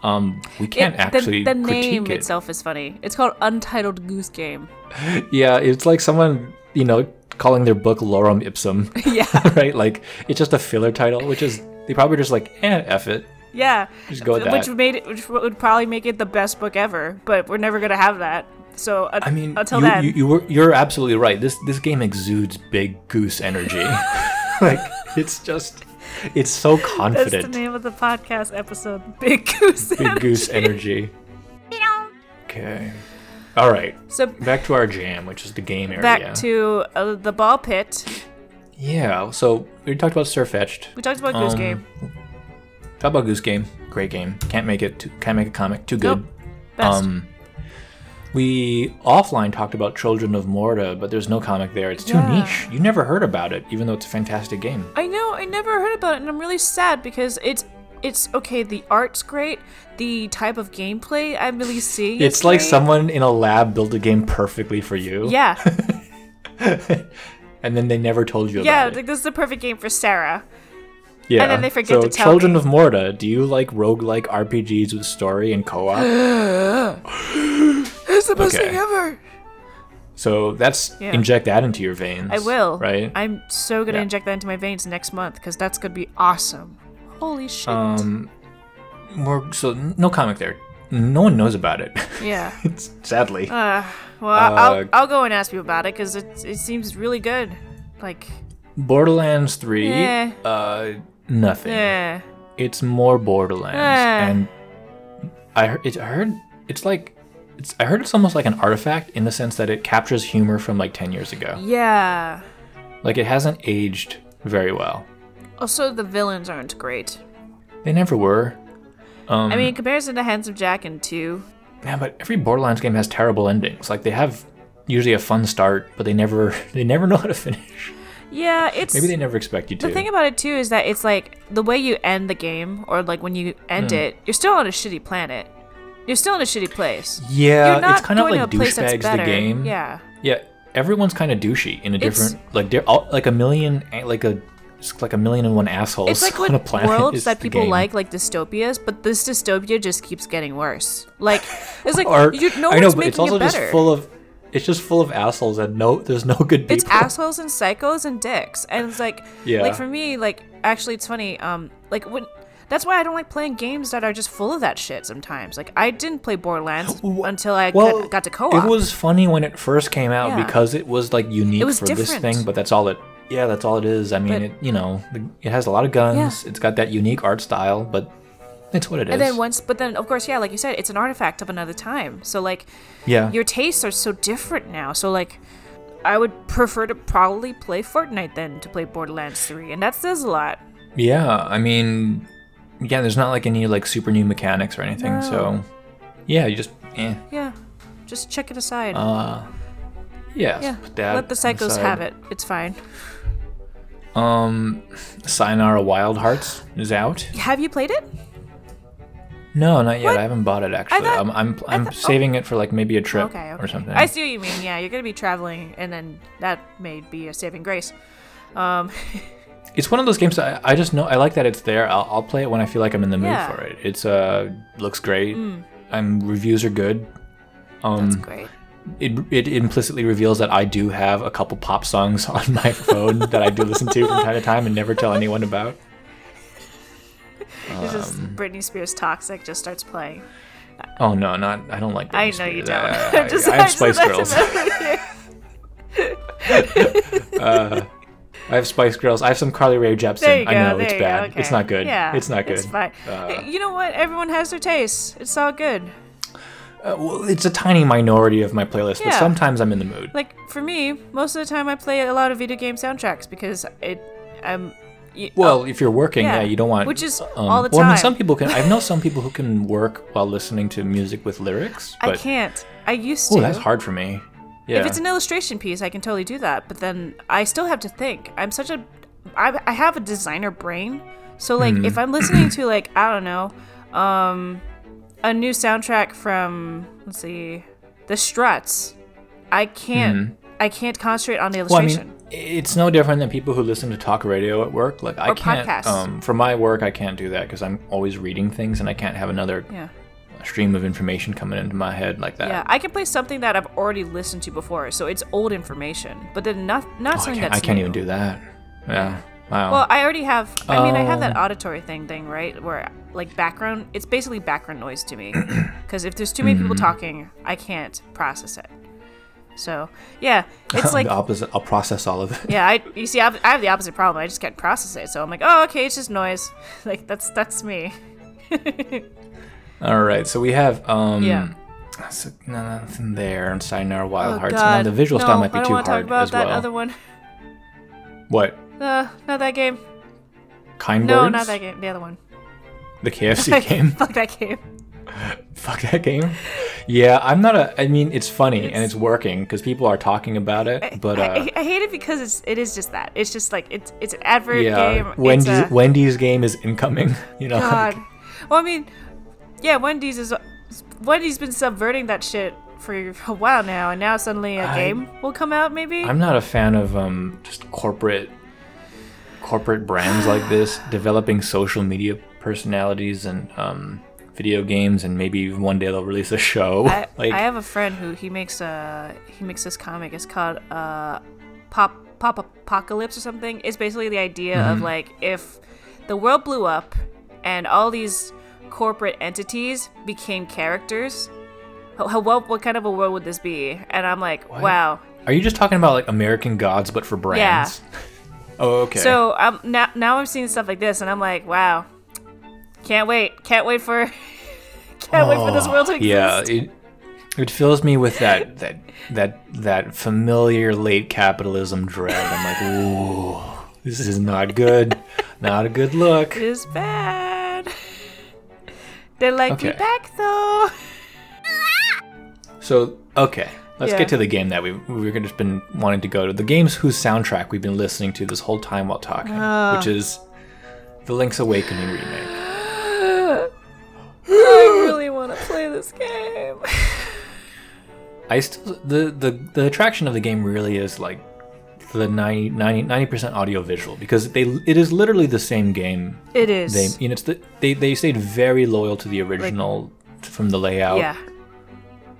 S2: um we can't
S1: It- the-
S2: actually
S1: the, name
S2: critique it.
S1: itself is funny. It's called Untitled Goose Game.
S2: Yeah, it's like someone you know calling their book Lorem Ipsum,
S1: yeah,
S2: right? Like it's just a filler title, which is they probably just like eh, f it.
S1: yeah.
S2: Just go with
S1: which
S2: that.
S1: made it, which would probably make it the best book ever. But we're never gonna have that. So uh,
S2: I mean,
S1: until
S2: you,
S1: then,
S2: you, you were you're absolutely right. This this game exudes big goose energy. like it's just it's so
S1: that's
S2: confident.
S1: the name of the podcast episode, Big Goose.
S2: Big goose energy. Okay. All right.
S1: So
S2: Back to our jam, which is the game area.
S1: back to uh, the ball pit.
S2: yeah. So we talked about Surfetched.
S1: We talked about Goose
S2: Um,
S1: Game.
S2: Talked about Goose Game. Great game. Can't make it. Too, can't make a comic. Too good.
S1: Nope. Best.
S2: Um. We offline talked about Children of Morta, but there's no comic there. It's too
S1: Yeah.
S2: niche. You never heard about it, even though it's a fantastic game.
S1: I know, I never heard about it, and I'm really sad because it's it's okay. The art's great. The type of gameplay I'm really seeing. is
S2: It's like
S1: great.
S2: someone in a lab built a game perfectly for you,
S1: Yeah,
S2: and then they never told you
S1: yeah.
S2: about it.
S1: Like this is the perfect game for Sarah.
S2: Yeah.
S1: then they forget
S2: so
S1: to tell
S2: Children
S1: me.
S2: of Morta, do you like roguelike RPGs with story and co-op?
S1: It's the best
S2: Okay.
S1: thing ever.
S2: so that's
S1: Yeah.
S2: inject that into your veins.
S1: I will.
S2: Right?
S1: I'm so gonna
S2: Yeah.
S1: inject that into my veins next month because that's gonna be awesome. Holy shit.
S2: um more so no comic there. No one knows about it.
S1: yeah.
S2: It's- Sadly.
S1: Uh, well, I'll,
S2: uh,
S1: I'll I'll go and ask you about it because it it seems really good. Like,
S2: Borderlands 3
S1: Eh.
S2: uh nothing.
S1: yeah.
S2: It's more Borderlands
S1: Eh.
S2: and I heard, it, I heard it's like it's I heard it's almost like an artifact in the sense that it captures humor from like 10 years ago.
S1: Yeah.
S2: Like it hasn't aged very well.
S1: Also, the villains aren't great.
S2: They never were. Um,
S1: I mean, in comparison to Handsome Jack and Two,
S2: Yeah, but every Borderlands game has terrible endings. Like they have usually a fun start, but they never they never know how to finish.
S1: yeah, it's
S2: Maybe they never expect you to.
S1: the thing about it too is that it's like the way you end the game, or like when you end
S2: Hmm.
S1: it, you're still on a shitty planet. You're still in a shitty place.
S2: yeah,
S1: you're not
S2: it's kind of
S1: going
S2: like
S1: to a place that's
S2: douchebags the
S1: better.
S2: game.
S1: Yeah,
S2: yeah. Everyone's kind of douchey in a
S1: It's-
S2: different like they're all, like a million like a it's like a million and one assholes
S1: it's like
S2: on a
S1: what
S2: planet.
S1: worlds
S2: is
S1: that
S2: the
S1: people
S2: game.
S1: like, like dystopias, but this dystopia just keeps getting worse. Like it's like
S2: Or
S1: you, no
S2: I know,
S1: one's
S2: but
S1: making
S2: it's also
S1: it
S2: just
S1: better.
S2: full of it's just full of assholes and no there's no good people.
S1: it's assholes and psychos and dicks and it's like
S2: Yeah.
S1: like for me like actually it's funny um like when that's why I don't like playing games that are just full of that shit sometimes. Like I didn't play Borderlands until I got, got to co-op.
S2: It was funny when it first came out
S1: Yeah.
S2: because it was like unique
S1: It was
S2: for this
S1: different.
S2: thing, but that's all it. Yeah, that's all it is. I mean,
S1: But-
S2: it you know, the- it has a lot of guns. It's got that unique art style, but it's what it is.
S1: and then once but then of course yeah, like you said, it's an artifact of another time. So like
S2: yeah,
S1: your tastes are so different now. So like I would prefer to probably play Fortnite than to play Borderlands 3 and that says a lot.
S2: yeah. I mean, yeah. There's not like any like super new mechanics or anything. So, yeah, you just eh.
S1: Yeah. Just check it aside.
S2: Uh, yeah.
S1: yeah.
S2: put that
S1: Let the
S2: on
S1: psychos
S2: side.
S1: have it. It's fine.
S2: Um, Sayonara Wild Hearts is out.
S1: Have you played it?
S2: No, not yet. I haven't bought it actually.
S1: thought-
S2: I'm I'm, I'm
S1: thought- oh.
S2: saving it for like maybe a trip
S1: Okay, okay.
S2: or something.
S1: I see what you mean. Yeah, you're gonna be traveling, and then that may be a saving grace. Um,
S2: It's one of those games that I, I just know I like that it's there. I'll, I'll play it when I feel like I'm in the mood
S1: Yeah. Mm.
S2: for it. It's uh looks great. Um, reviews are good.
S1: that's
S2: Um,
S1: great.
S2: it, it implicitly reveals that I do have a couple pop songs on my phone that I do listen to from time to time and never tell anyone about. Um,
S1: It's just Britney Spears Toxic just starts playing.
S2: Oh no, not I don't like. Britney
S1: I know
S2: Spears.
S1: you
S2: I-
S1: don't.
S2: I,
S1: I'm just,
S2: I have
S1: I'm just
S2: Spice
S1: about to
S2: Girls.
S1: remember you.
S2: I have Spice Girls. I have some Carly Rae Jepsen.
S1: There you go.
S2: I know
S1: there
S2: it's
S1: you
S2: bad.
S1: Go, okay.
S2: It's not good.
S1: Yeah,
S2: it's not good.
S1: It's fine. you know what? Everyone has their tastes. It's all good.
S2: Uh, well, it's a tiny minority of my playlist, but
S1: Yeah.
S2: sometimes I'm in the mood.
S1: Like for me, most of the time I play a lot of video game soundtracks because it, I'm. y-
S2: Well, if you're working, yeah.
S1: yeah,
S2: you don't want
S1: which is
S2: um,
S1: all the
S2: Well, I mean,
S1: time.
S2: some people can. I know some people who can work while listening to music with lyrics,
S1: I
S2: but
S1: can't. I used to.
S2: oh, that's hard for me. Yeah.
S1: If it's an illustration piece, I can totally do that. But then I still have to think. I'm such a, I, I have a designer brain. So like,
S2: Hmm.
S1: if I'm listening to like, I don't know, um, a new soundtrack from let's see, The Struts, I can't, I can't concentrate on the
S2: Mm-hmm. well, I
S1: illustration.
S2: mean, it's no different than people who listen to talk radio at work. Like I
S1: Or
S2: can't.
S1: podcasts.
S2: Um, for my work, I can't do that because I'm always reading things, and I can't have another
S1: yeah,
S2: stream of information coming into my head like that. Oh,
S1: yeah. I can play something that I've already listened to before, so it's old information. But then not, not
S2: Oh, I
S1: something
S2: can't,
S1: that's
S2: I can't
S1: new.
S2: even do that. Yeah. Wow.
S1: Well, I already have. I mean, I have
S2: Um,
S1: that auditory thing thing right where like background. It's basically background noise to me because if there's too many
S2: Mm.
S1: people talking, I can't process it. So yeah, it's like
S2: the opposite. I'll process all of it.
S1: yeah. I you see, I have, I have the opposite problem. I just can't process it. So I'm like, oh okay, it's just noise. Like that's that's me.
S2: All right, so we have um,
S1: Yeah.
S2: so, no, nothing there on Sidenar Wild
S1: Oh,
S2: Hearts.
S1: God.
S2: No, the visual
S1: no,
S2: style might be
S1: I don't
S2: too
S1: wanna
S2: hard
S1: talk about
S2: as
S1: that
S2: well.
S1: other one.
S2: What?
S1: Uh, not that game.
S2: Kind
S1: No,
S2: words?
S1: not that game. The other one.
S2: The KFC game.
S1: Fuck that game.
S2: Fuck that game. Yeah, I'm not a. I mean, it's funny and it's working because people are talking about it. But
S1: I-
S2: uh,
S1: I, I hate it because it's it is just that. It's just like it's it's an advert
S2: yeah,
S1: game. it's
S2: Wendy's
S1: a-
S2: Wendy's game is incoming. You know, like,
S1: God. Well, I mean, yeah, Wendy's is Wendy's been subverting that shit for a while now, and now suddenly a
S2: I-
S1: game will come out. Maybe
S2: I'm not a fan of um just corporate corporate brands like this developing social media personalities and um video games and maybe even one day they'll release a show
S1: I,
S2: like
S1: I have a friend who he makes a he makes this comic. It's called uh, Pop Pop Apocalypse or something. It's basically the idea
S2: Mm-hmm.
S1: of like if the world blew up and all these corporate entities became characters. ho- ho- What, what kind of a world would this be? And I'm like, wow,
S2: Are you just talking about like American Gods, but for brands? Oh, okay.
S1: So um, now now I'm seeing stuff like this, and I'm like, wow, can't wait, can't wait for, can't wait for this world to exist.
S2: Oh, yeah, it it fills me with that that that that familiar late capitalism dread. I'm like, ooh, this is not good, not a good look.
S1: it's bad. They like you
S2: Okay.
S1: back though.
S2: So okay, let's
S1: Yeah.
S2: get to the game that we we've just been wanting to go to. The games whose soundtrack we've been listening to this whole time while talking,
S1: Ah.
S2: which is the Link's Awakening remake.
S1: I really want to play this game.
S2: I still the, the the attraction of the game really is like the 90 90 percent audio visual because they it is literally the same game.
S1: It is.
S2: They you know it's the, they they stayed very loyal to the original from the layout,
S1: yeah.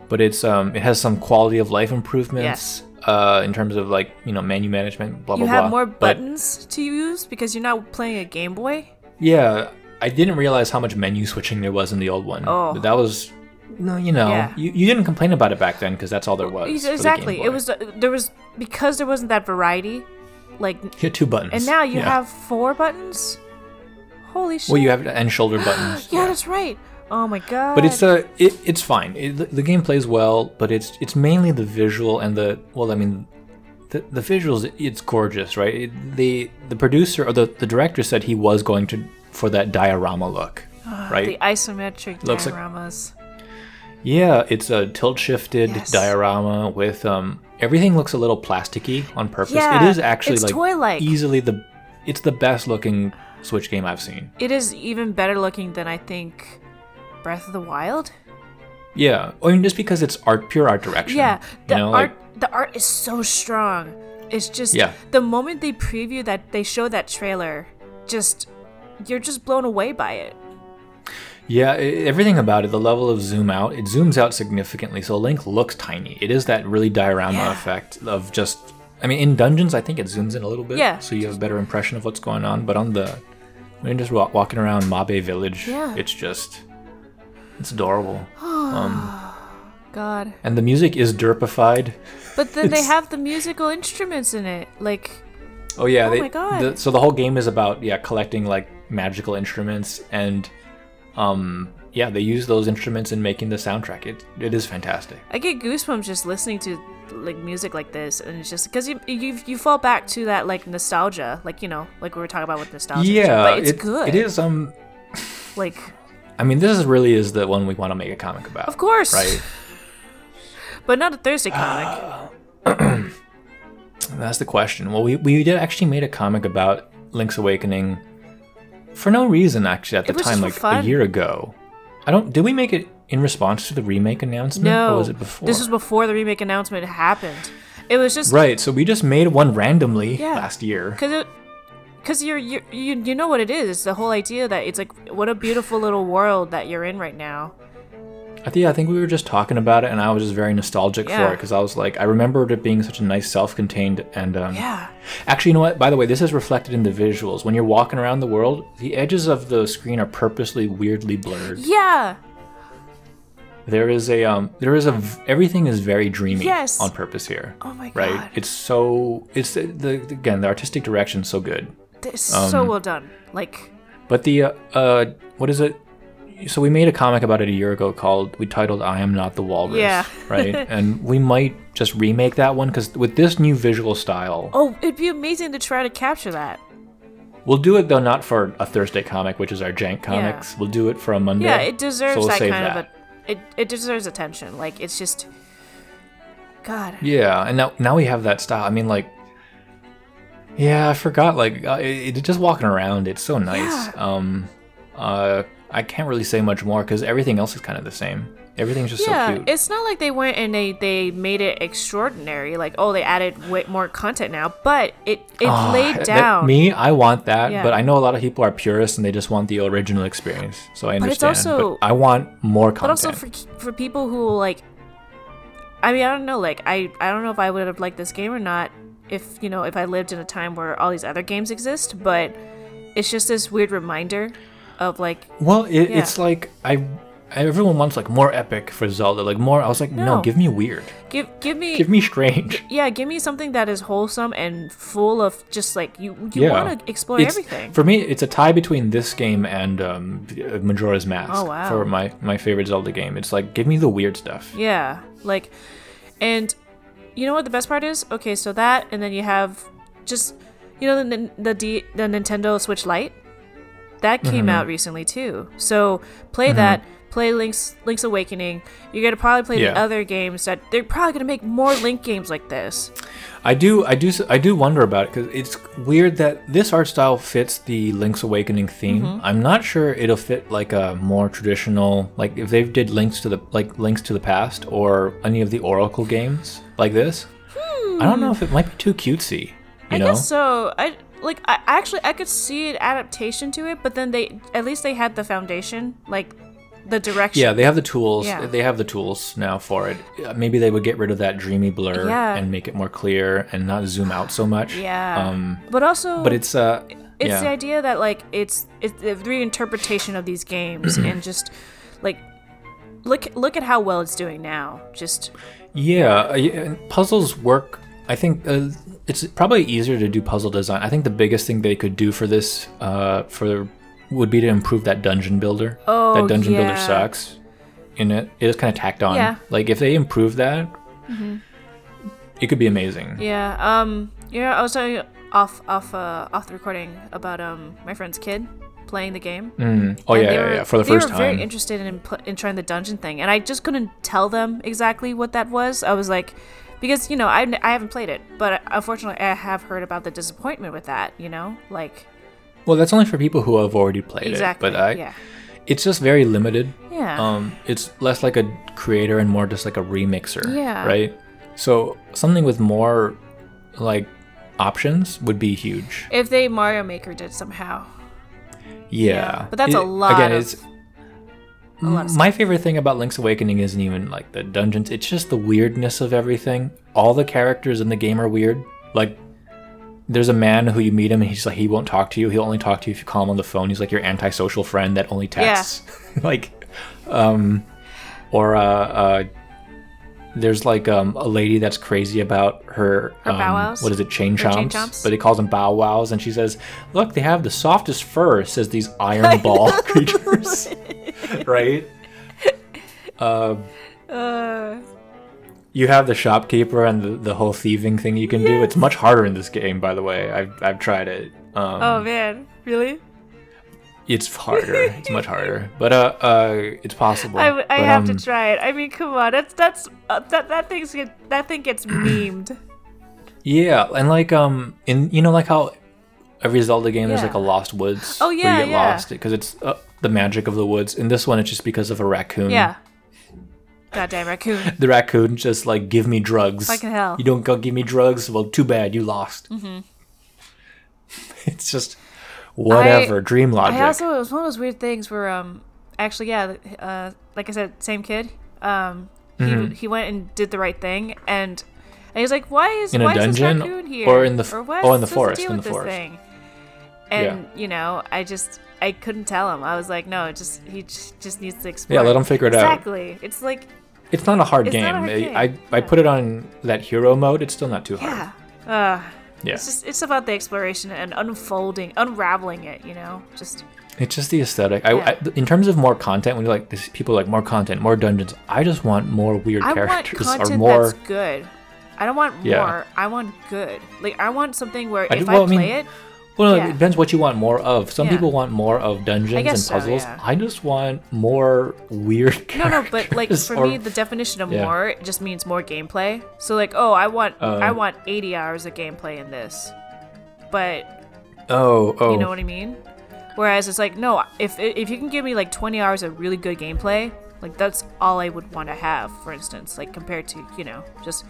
S2: but it's um it has some quality of life improvements.
S1: Yes.
S2: Uh, in terms of like you know menu management, blah
S1: You
S2: blah blah.
S1: have more
S2: But-
S1: buttons to use because you're not playing a Game Boy.
S2: Yeah, I didn't realize how much menu switching there was in the old one.
S1: Oh.
S2: But that was, no, you know,
S1: Yeah.
S2: you, you didn't complain about it back then because that's all there was. Oh, for the Game
S1: Exactly.
S2: Boy.
S1: It was uh, there was because there wasn't that variety, like,
S2: You had two buttons.
S1: and now you
S2: Yeah.
S1: have four buttons. Holy shit!
S2: Well, you have and shoulder buttons.
S1: Yeah, that's right. Oh my god.
S2: But it's a it, it's fine. It, the, the game plays well, but it's it's mainly the visual and the well, I mean, the, the visuals. It's gorgeous, right? It, the the producer or the, the director said he was going to for that diorama look,
S1: Ah,
S2: right?
S1: the isometric
S2: Looks like-
S1: dioramas.
S2: Yeah, it's a tilt shifted
S1: Yes.
S2: diorama with um everything looks a little plasticky on purpose.
S1: Yeah,
S2: it is actually
S1: it's
S2: like
S1: toy-like.
S2: easily the it's the best looking Switch game I've seen.
S1: It is even better looking than I think Breath of the Wild.
S2: Yeah. I mean just because it's art pure art direction.
S1: Yeah, the
S2: you know,
S1: art
S2: like
S1: the art is so strong. It's just
S2: Yeah.
S1: the moment they preview that they show that trailer, just you're just blown away by it.
S2: Yeah, i everything about it, the level of zoom out, it zooms out significantly. So Link looks tiny. It is that really diorama
S1: Yeah.
S2: effect of just. I mean, in dungeons, I think it zooms in a little bit.
S1: Yeah.
S2: So you have a better impression of what's going on. But on the. When you're just wa- walking around Mabe Village,
S1: Yeah.
S2: it's just. It's adorable.
S1: God.
S2: And the music is derpified.
S1: But then they
S2: It's-
S1: have the musical instruments in it. Like,
S2: Oh yeah, they,
S1: my God.
S2: The, so the whole game is about yeah collecting like magical instruments and um yeah they use those instruments in making the soundtrack. It it is fantastic.
S1: I get goosebumps just listening to like music like this, and it's just because you, you you fall back to that like nostalgia, like you know, like we were talking about with nostalgia. and shit,
S2: yeah,
S1: but it's
S2: it-
S1: good.
S2: It is um
S1: Like,
S2: I mean this is really is the one we want to make a comic about.
S1: of course,
S2: Right.
S1: but not a Thursday comic.
S2: That's the question. Well, we we did actually made a comic about Link's Awakening for no reason actually at the
S1: It was
S2: time like
S1: just for
S2: a
S1: fun.
S2: year ago. I don't did we make it in response to the remake announcement
S1: no,
S2: or was it before?
S1: this was before the remake announcement happened. It was just
S2: Right, so we just made one randomly
S1: Yeah.
S2: last year.
S1: Cause it, cause you're, you're you you know what it is. It's the whole idea that it's like what a beautiful little world that you're in right now.
S2: I think, yeah, I think we were just talking about it, and I was just very nostalgic for
S1: Yeah.
S2: it because I was like, I remembered it being such a nice, self-contained, and um,
S1: Yeah,
S2: actually, you know what? By the way, this is reflected in the visuals. When you're walking around the world, the edges of the screen are purposely weirdly blurred.
S1: yeah,
S2: There is a, um, there is a, v- everything is very dreamy
S1: Yes.
S2: on purpose here.
S1: Oh my
S2: Right?
S1: God.
S2: It's so, it's the, the again the artistic direction's so good.
S1: it's
S2: um,
S1: so well done. Like
S2: But the uh, uh, what is it? So we made a comic about it a year ago called we titled "I Am Not the Walrus,"
S1: Yeah.
S2: right? And we might just remake that one because with this new visual style,
S1: oh, it'd be amazing to try to capture that.
S2: we'll do it though not for a Thursday comic, which is our jank comics. We'll do it for a Monday.
S1: Yeah, it deserves
S2: so we'll
S1: that
S2: save
S1: kind of a. It it deserves attention. Like it's just. God.
S2: Yeah, and now now we have that style. I mean, like, yeah, I forgot. Like, uh, it, it- just walking around, it's so nice.
S1: Yeah.
S2: Um, uh, I can't really say much more because everything else is kind of the same. Everything's just so
S1: yeah,
S2: cute.
S1: it's not like they went and they they made it extraordinary. Like oh, they added way more content now, but it it
S2: Ah,
S1: laid
S2: that-
S1: down.
S2: me, I want that,
S1: Yeah.
S2: but I know a lot of people are purists and they just want the original experience. So I
S1: it's
S2: understand.
S1: also-
S2: I want more content.
S1: but also for for people who like i mean i don't know like i i don't know if i would have liked this game or not if you know if i lived in a time where all these other games exist but it's just this weird reminder of like
S2: well, it,
S1: yeah.
S2: it's like I, I- everyone wants like more epic for Zelda, like more. I was like, no,
S1: No.
S2: give me weird,
S1: give give me
S2: give me strange.
S1: yeah give me something that is wholesome and full of just like you you
S2: yeah,
S1: want to explore
S2: It's-
S1: everything
S2: For me, it's a tie between this game and um, Majora's Mask.
S1: Oh, wow.
S2: For my my favorite Zelda game, it's like give me the weird stuff.
S1: yeah like and you know what the best part is okay so that and then you have just you know the the, D, the nintendo switch lite that
S2: Mm-hmm.
S1: came out recently too so play that play links links awakening you're gonna probably play the
S2: Yeah.
S1: other games that they're probably gonna make more link games like this
S2: I do, I do, s- I do wonder about it because it's weird that this art style fits the Link's Awakening theme.
S1: Mm-hmm.
S2: I'm not sure it'll fit like a more traditional, like if they did links to the like links to the past or any of the Oracle games like this. I don't know if it might be too cutesy. You
S1: i
S2: know,
S1: guess so i like i actually i could see an adaptation to it but then they at least they had the foundation like the direction
S2: yeah, they have the tools.
S1: Yeah.
S2: They have the tools now for it. Uh, Maybe they would get rid of that dreamy blur
S1: Yeah.
S2: and make it more clear and not zoom out so much.
S1: yeah
S2: Um,
S1: but also
S2: but it's uh,
S1: it's
S2: yeah.
S1: the idea that like it's it's the reinterpretation of these games and just like look look at how well it's doing now just
S2: Yeah, uh, yeah, and puzzles work. I think uh, it's probably easier to do puzzle design. I think the biggest thing they could do for this, uh, for would be to improve that dungeon builder.
S1: Oh,
S2: that dungeon builder
S1: yeah.
S2: sucks. In it, it is kind of tacked on.
S1: Yeah. Mm-hmm.
S2: Like if they improve that, it could be amazing.
S1: yeah um yeah i was talking off off uh off the recording about um my friend's kid playing the game
S2: Mm. Oh
S1: and
S2: yeah,
S1: they
S2: yeah,
S1: were-
S2: yeah. For the
S1: they
S2: first
S1: were very
S2: time.
S1: interested in pl- in trying the dungeon thing and i just couldn't tell them exactly what that was i was like because you know I, I haven't played it but unfortunately i have heard about the disappointment with that you know like
S2: well, that's only for people who have already played
S1: exactly
S2: it. But I,
S1: yeah
S2: it's just very limited.
S1: yeah
S2: um, it's less like a creator and more just like a remixer.
S1: Yeah.
S2: Right. So something with more like options would be huge.
S1: If they Mario Maker did somehow.
S2: Yeah.
S1: But that's a
S2: It-
S1: lot
S2: Again,
S1: of
S2: it's
S1: a lot of stuff.
S2: My favorite thing about Link's Awakening isn't even like the dungeons, it's just the weirdness of everything. All the characters in the game are weird. Like, there's a man who you meet him and he's like, he won't talk to you. He'll only talk to you if you call him on the phone. He's like your antisocial friend that only texts. like, um, or, uh, uh, there's like um, a lady that's crazy about her,
S1: Her
S2: um,
S1: bow wows?
S2: what is it chain
S1: Her chain
S2: chomps,
S1: chomps?
S2: but he calls them bow wows and she says look they have the softest fur says these iron ball creatures right Um,
S1: Uh,
S2: you have the shopkeeper and the, the whole thieving thing you can do. It's much harder in this game, by the way. I've, I've tried it. Um,
S1: oh man, really?
S2: It's harder. it's much harder, but uh, uh it's possible.
S1: I, w- I
S2: But,
S1: have
S2: um,
S1: to try it. I mean, come on, that's that's uh, that that thing's get, that thing gets
S2: Hmm.
S1: memed.
S2: Yeah, and like um, in you know like how every Zelda game there's
S1: Yeah.
S2: like a Lost Woods.
S1: Oh,
S2: where
S1: yeah,
S2: you get
S1: yeah.
S2: lost because it's uh, the magic of the woods. In this one, it's just because of a raccoon.
S1: Yeah. Goddamn raccoon.
S2: the raccoon just like give me drugs.
S1: Fucking hell. Mm-hmm.
S2: You don't go give me drugs. Well, too bad you lost. It's just whatever dream logic.
S1: I also it was one of those weird things where um actually yeah uh like I said same kid um he
S2: Mm-hmm.
S1: he went and did the right thing and. And he's like, "Why is
S2: In a
S1: why
S2: dungeon
S1: is this raccoon here?
S2: or in the f-
S1: what's
S2: oh, in the
S1: supposed to
S2: forest,
S1: do
S2: in
S1: with
S2: the
S1: this
S2: forest.
S1: thing? And you know, I just I couldn't tell him. I was like, "No, it just he just, just needs to explore."
S2: let him figure it out.
S1: Exactly. It's like
S2: It's not a hard
S1: It's
S2: game.
S1: not a hard
S2: I-
S1: game,
S2: I, I put it on that hero mode. It's still not too hard.
S1: yeah. Uh,
S2: Yeah.
S1: It's just it's about the exploration and unfolding, unraveling it. You know, just
S2: It's just the aesthetic. I,
S1: Yeah.
S2: I- in terms of more content, when you're like this, people are like more content, more dungeons. I just want more weird
S1: I want
S2: characters or
S1: content
S2: more.
S1: that's good. I don't want
S2: Yeah.
S1: more. I want good. Like I want something where
S2: I
S1: if
S2: do- well,
S1: I
S2: I
S1: play
S2: mean,
S1: it,
S2: Well,
S1: yeah.
S2: it depends what you want more of. Some
S1: Yeah.
S2: people want more of dungeons and
S1: guess so,
S2: puzzles.
S1: yeah.
S2: I just want more weird
S1: no,
S2: characters.
S1: no. But like for
S2: or-
S1: me, the definition of
S2: yeah. Uh,
S1: more just means more gameplay. So like, oh, I want I want 80 hours of gameplay in this, but
S2: oh, oh,
S1: you know what I mean. Whereas it's like, no, if if you can give me like 20 hours of really good gameplay, like that's all I would want to have. For instance, like compared to you know just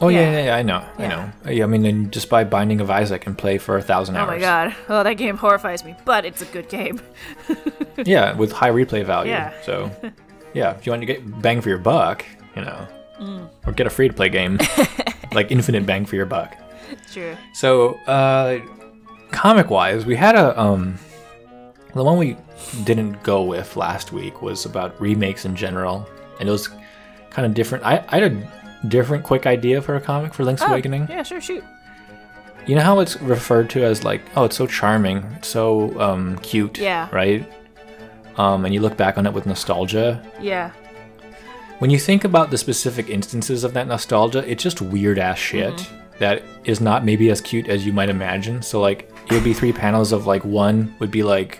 S2: oh yeah.
S1: yeah.
S2: yeah, yeah, I know,
S1: Yeah.
S2: I know. Yeah, I mean, then just by Binding of Isaac and play for a thousand
S1: Oh
S2: hours.
S1: my god. Oh, that game horrifies me, but it's a good game.
S2: Yeah, with high replay value.
S1: Yeah.
S2: So, yeah, if you want to get bang for your buck, you know,
S1: Mm.
S2: or get a free to play game, like infinite bang for your buck.
S1: True.
S2: So, uh, comic wise, we had a um, the one we didn't go with last week was about remakes in general, and it was kind of different. I, I had a different quick idea for a comic for Link's
S1: Oh,
S2: Awakening.
S1: Yeah, sure, shoot.
S2: You know how it's referred to as like, oh, it's so charming, it's so um, cute,
S1: Yeah.
S2: right? Um, and you look back on it with nostalgia.
S1: Yeah.
S2: When you think about the specific instances of that nostalgia, it's just weird ass shit
S1: Mm-hmm.
S2: that is not maybe as cute as you might imagine. So like it would be three panels of like one would be like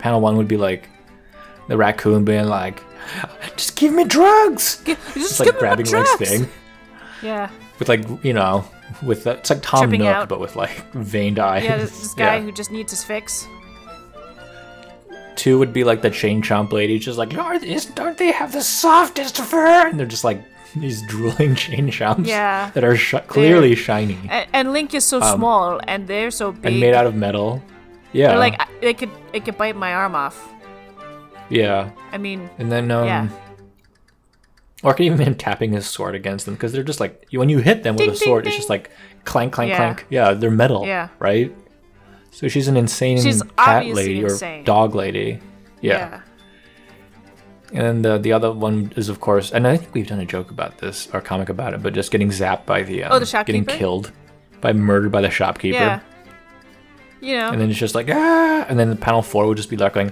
S2: panel one would be like the raccoon being like just give me drugs.
S1: Just
S2: It's like grabbing Link's thing
S1: Yeah.
S2: with like you know with the, it's like Tom
S1: Tripping
S2: Nook
S1: out.
S2: but with like veined eyes.
S1: Yeah, this, this guy
S2: Yeah.
S1: who just needs his fix.
S2: Two would be like the chain chomp lady, just like, "Are- is- don't they have the softest fur? And they're just like these drooling chain chomps
S1: Yeah.
S2: that are sh- clearly shiny
S1: And, and Link is so small and they're so big.
S2: Um, and made out of metal. Yeah,
S1: They're like I, they could it could bite my arm off.
S2: yeah,
S1: I mean,
S2: and then um,
S1: Yeah.
S2: or I could even him tapping his sword against them because they're just like you- when you hit them with
S1: Ding,
S2: a
S1: ding,
S2: sword,
S1: ding.
S2: it's just like clank, clank,
S1: Yeah.
S2: clank. Yeah, they're metal.
S1: Yeah.
S2: right. So she's an insane
S1: She's
S2: cat
S1: obviously
S2: lady
S1: insane.
S2: or dog lady. yeah.
S1: yeah.
S2: And uh, the, the other one is, of course, and I think we've done a joke about this or comic about it, but just getting zapped by the um,
S1: Oh, the shopkeeper?
S2: getting killed by murdered by the shopkeeper,
S1: Yeah. You know.
S2: and then it's just like ah, and then the panel four would just be like going,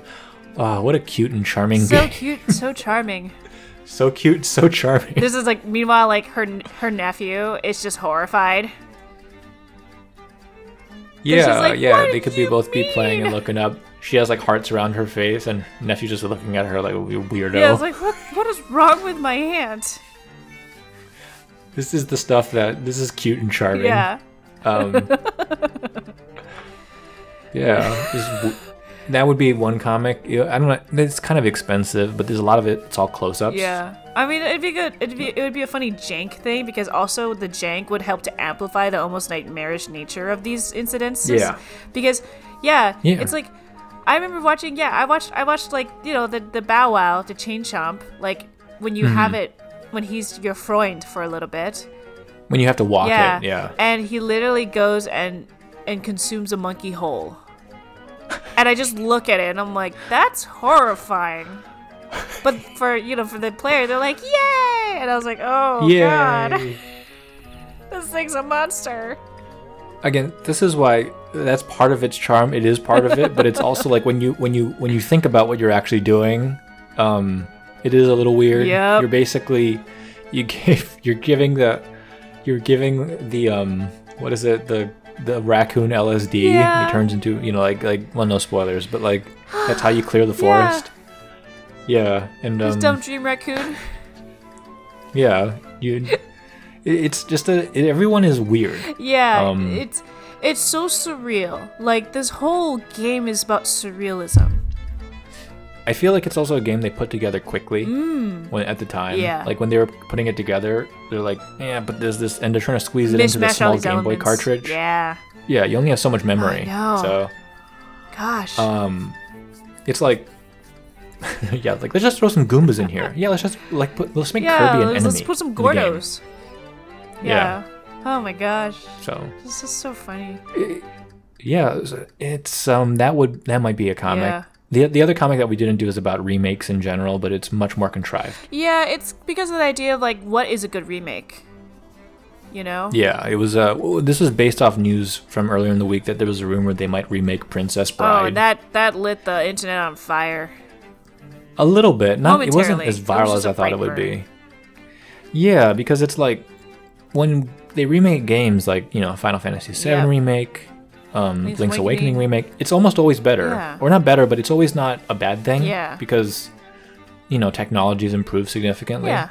S2: oh, what a cute and charming,
S1: so
S2: so,
S1: cute, so charming.
S2: so cute, so charming.
S1: This is like meanwhile like her her nephew is just horrified. just
S2: yeah,
S1: like,
S2: yeah,
S1: "What
S2: they
S1: did
S2: could be
S1: you
S2: both be playing and
S1: mean?"
S2: looking up. She has like hearts around her face, and nephew just looking at her like you weirdo.
S1: Yeah, I was like, what what is wrong with my aunt?
S2: this is the stuff that this is cute and charming.
S1: Yeah.
S2: Um, yeah, just w- that would be one comic. You know, I don't know. It's kind of expensive, but there's a lot of it. It's all close-ups.
S1: Yeah, I mean, it'd be good. It'd be it would be a funny jank thing because also the jank would help to amplify the almost nightmarish nature of these incidents.
S2: Yeah.
S1: Because yeah,
S2: Yeah.
S1: it's like I remember watching. Yeah, I watched. I watched like you know the the Bow Wow to Chain Chomp. Like when you have it when he's your Freund for a little bit.
S2: When you have to walk
S1: Yeah.
S2: it, yeah.
S1: And he literally goes and and consumes a monkey whole. And I just look at it and I'm like, that's horrifying. But for you know, for the player, they're like, yay! And I was like, oh god,
S2: Yay.
S1: this thing's a monster.
S2: Again, this is why that's part of its charm. It is part of it, but it's also like when you when you when you think about what you're actually doing, um, it is a little weird.
S1: Yep.
S2: You're basically you give you're giving the you're giving the um what is it the the raccoon LSD.
S1: Yeah.
S2: It turns into you know like like well no spoilers, but like that's how you clear the forest. Yeah, and
S1: This
S2: um,
S1: dumb dream raccoon.
S2: yeah, you. it- It's just a it, everyone is weird.
S1: Yeah,
S2: Um,
S1: it's it's so surreal. Like this whole game is about surrealism.
S2: I feel like it's also a game they put together quickly when at the time.
S1: Mm. Yeah.
S2: Like when they were putting it together, they're like, yeah, but there's this, and they're trying to squeeze it into the
S1: Mishmash all
S2: small
S1: these
S2: Game Boy
S1: elements.
S2: cartridge.
S1: Yeah.
S2: Yeah, you only have so much memory.
S1: I know.
S2: So,
S1: Gosh.
S2: um, it's like, yeah, like let's just throw some Goombas in here. Yeah, let's just like put, let's make
S1: yeah.
S2: Kirby an
S1: Let's,
S2: enemy.
S1: let's put some
S2: in the game.
S1: Gordos. Yeah. Oh my gosh.
S2: So
S1: This is so funny.
S2: yeah, it's- it's um that would that might be a comic.
S1: Yeah.
S2: The, the other comic that we didn't do is about remakes in general, but it's much more contrived.
S1: Yeah, it's because of the idea of like what is a good remake. You know?
S2: Yeah, it was. Uh, w- this was based off news from earlier in the week that there was a rumor they might remake Princess Bride.
S1: Oh, and that that lit the internet on fire.
S2: a little bit. Not. It wasn't
S1: Momentarily.
S2: as
S1: It was
S2: viral
S1: just
S2: as
S1: a
S2: I thought it
S1: bright
S2: would
S1: burn.
S2: be. Yeah, because it's like when they remake games like you know Final Fantasy VII
S1: Yeah.
S2: remake, um,
S1: Link's
S2: Link's, Awakening.
S1: Awakening.
S2: remake. It's almost always better,
S1: Yeah.
S2: or not better, but it's always not a bad thing.
S1: Yeah.
S2: Because you know technology's improved significantly.
S1: Yeah.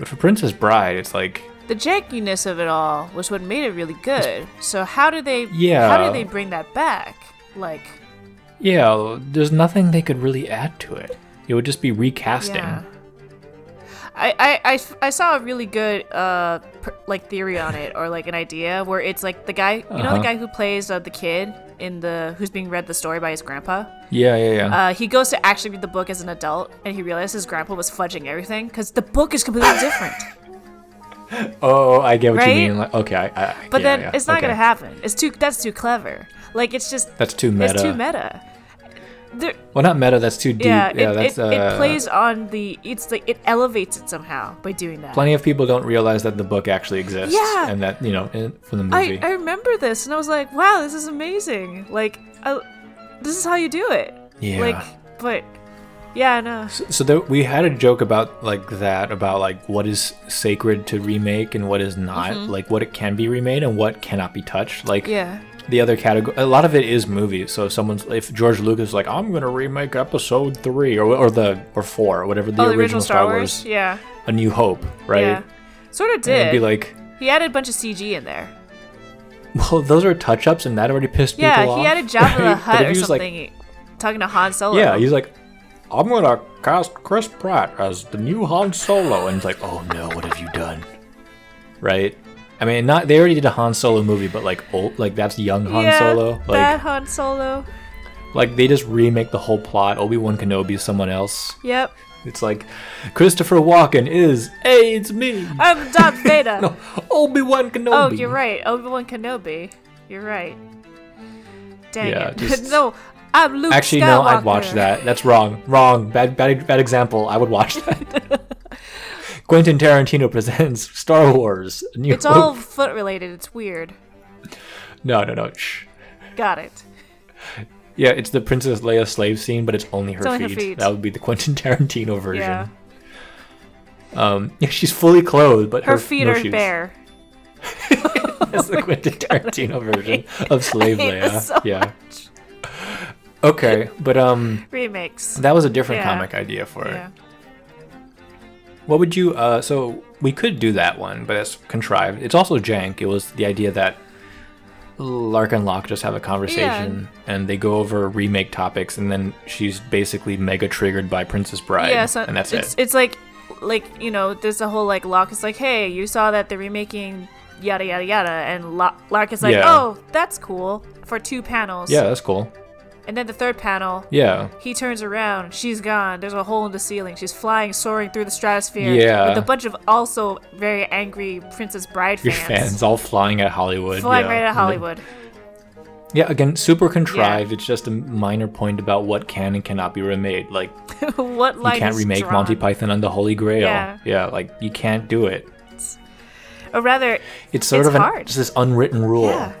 S2: But for Princess Bride, it's like
S1: The jankiness of it all was what made it really good. So how do they
S2: Yeah.
S1: how do they bring that back? Like
S2: yeah, there's nothing they could really add to it. It would just be recasting.
S1: Yeah. I, I, I, I saw a really good uh per, like theory on it or like an idea where it's like the guy you know
S2: Uh-huh.
S1: the guy who plays uh, the kid in the who's being read the story by his grandpa
S2: Yeah, yeah, yeah.
S1: uh, he goes to actually read the book as an adult and he realizes his grandpa was fudging everything because the book is completely different
S2: Oh, I get what
S1: Right?
S2: you mean. Like, okay, I, I I-
S1: but
S2: yeah,
S1: then
S2: yeah,
S1: it's not
S2: okay.
S1: gonna happen it's too that's too clever like it's just
S2: That's too meta.
S1: it's too meta there,
S2: Well, not meta. That's too deep.
S1: yeah,
S2: Yeah,
S1: it,
S2: that's.
S1: it,
S2: uh,
S1: it plays on the it's like it elevates it somehow by doing that
S2: Plenty of people don't realize that the book actually exists.
S1: Yeah.
S2: And that you know, in, from the
S1: I,
S2: movie.
S1: I remember this and I was like, wow, this is amazing. Like, I, this is how you do it.
S2: Yeah.
S1: Like, but yeah, no.
S2: so there, we had a joke about like that about like what is sacred to remake and what is not like what it can be remade and what cannot be touched like
S1: Mm-hmm. Yeah.
S2: the other category a lot of it is movies so if someone's if george lucas is like i'm gonna remake episode three or, or the or four or whatever the,
S1: oh, the
S2: original, star wars,
S1: Yeah.
S2: a new hope right
S1: Yeah. Sort of did.
S2: it'd be like
S1: he added a bunch of CG in there.
S2: Well, those are touch ups, and that already pissed
S1: Yeah,
S2: people off.
S1: he added Jabba the
S2: right? But
S1: Hutt
S2: if
S1: or
S2: he was
S1: something,
S2: Like,
S1: talking to Han Solo.
S2: yeah, he's like, I'm gonna cast Chris Pratt as the new Han Solo, and it's like, oh no, what have you done? Right? I mean, not they already did a Han Solo movie, but like old, like that's young Han
S1: Yeah,
S2: Solo. Like,
S1: that Han Solo.
S2: like they just remake the whole plot. Obi Wan Kenobi is someone else.
S1: Yep.
S2: It's like Christopher Walken is hey, it's me,
S1: I'm Um, Darth Vader.
S2: Obi Wan Kenobi.
S1: Oh, you're right. Obi Wan Kenobi. You're right. Dang
S2: Yeah,
S1: it.
S2: just-
S1: no, I'm Luke
S2: Actually,
S1: Skywalker.
S2: no, I'd watch that. That's wrong. Wrong. Bad, bad, bad example. I would watch that. Quentin Tarantino presents Star Wars. A New
S1: It's all
S2: Hope.
S1: foot related. It's weird.
S2: No, no, no. Shh.
S1: Got it.
S2: Yeah, it's the Princess Leia slave scene, but it's only her,
S1: only her
S2: feet.
S1: feet.
S2: That would be the Quentin Tarantino version.
S1: Yeah.
S2: Um, yeah, she's fully clothed, but her,
S1: Her feet
S2: no
S1: are
S2: shoes.
S1: bare.
S2: That's the Quentin Tarantino version of Slave
S1: I hate this
S2: Leia.
S1: so
S2: yeah. Okay, but um,
S1: Remakes.
S2: that was a different
S1: Yeah.
S2: comic idea for it.
S1: Yeah.
S2: What would you? Uh, so we could do that one, but it's contrived. It's also jank. It was the idea that Lark and Locke just have a conversation and they go over remake topics, and then she's basically mega triggered by Princess Bride,
S1: Yeah, so
S2: and that's
S1: it's,
S2: it.
S1: It's like, like you know, there's a whole like Locke is like, hey, you saw that they're remaking yada yada yada, and Lo- Lark is like,
S2: Yeah.
S1: oh, that's cool for two panels.
S2: Yeah, that's cool.
S1: And then the third panel,
S2: Yeah.
S1: he turns around. She's gone. There's a hole in the ceiling. She's flying, soaring through the stratosphere
S2: Yeah.
S1: with a bunch of also very angry Princess Bride
S2: Your
S1: fans,
S2: fans all flying at Hollywood.
S1: flying
S2: yeah.
S1: right at Hollywood.
S2: Yeah, again, super contrived. It's just a minor point about what can and cannot be remade. Like,
S1: what line?
S2: you can't
S1: is
S2: remake
S1: drawn?
S2: Monty Python on the Holy Grail.
S1: Yeah.
S2: like, you can't do it.
S1: Or rather,
S2: It's sort
S1: It's
S2: of an,
S1: hard.
S2: just this unwritten rule.
S1: yeah.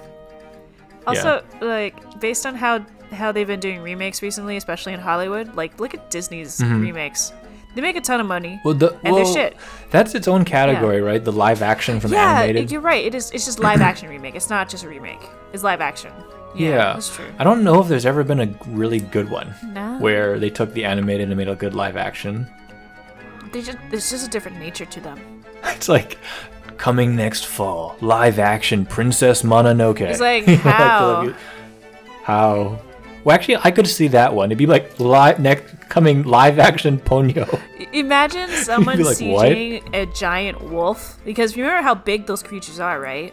S1: Also, like based on how how they've been doing remakes recently, especially in Hollywood, like look at Disney's remakes. They make a ton of money.
S2: Mm-hmm. Well, the,
S1: And they're
S2: well,
S1: shit.
S2: that's its own category, right? The live action from
S1: yeah,
S2: animated.
S1: you're right. It is. It's just live action remake. It's not just a remake. It's live action. Yeah, that's true.
S2: I don't know if there's ever been a really good one
S1: No.
S2: where they took the animated and made a good live action.
S1: They just there's just a different nature to them.
S2: It's like coming next fall, live action Princess Mononoke.
S1: It's like,
S2: You know, they'll
S1: how?
S2: be- how? Well, actually, I could see that one. It'd be like live next coming live action Ponyo.
S1: I- Imagine someone
S2: like, what?
S1: CGing a giant wolf because remember how big those creatures are, right?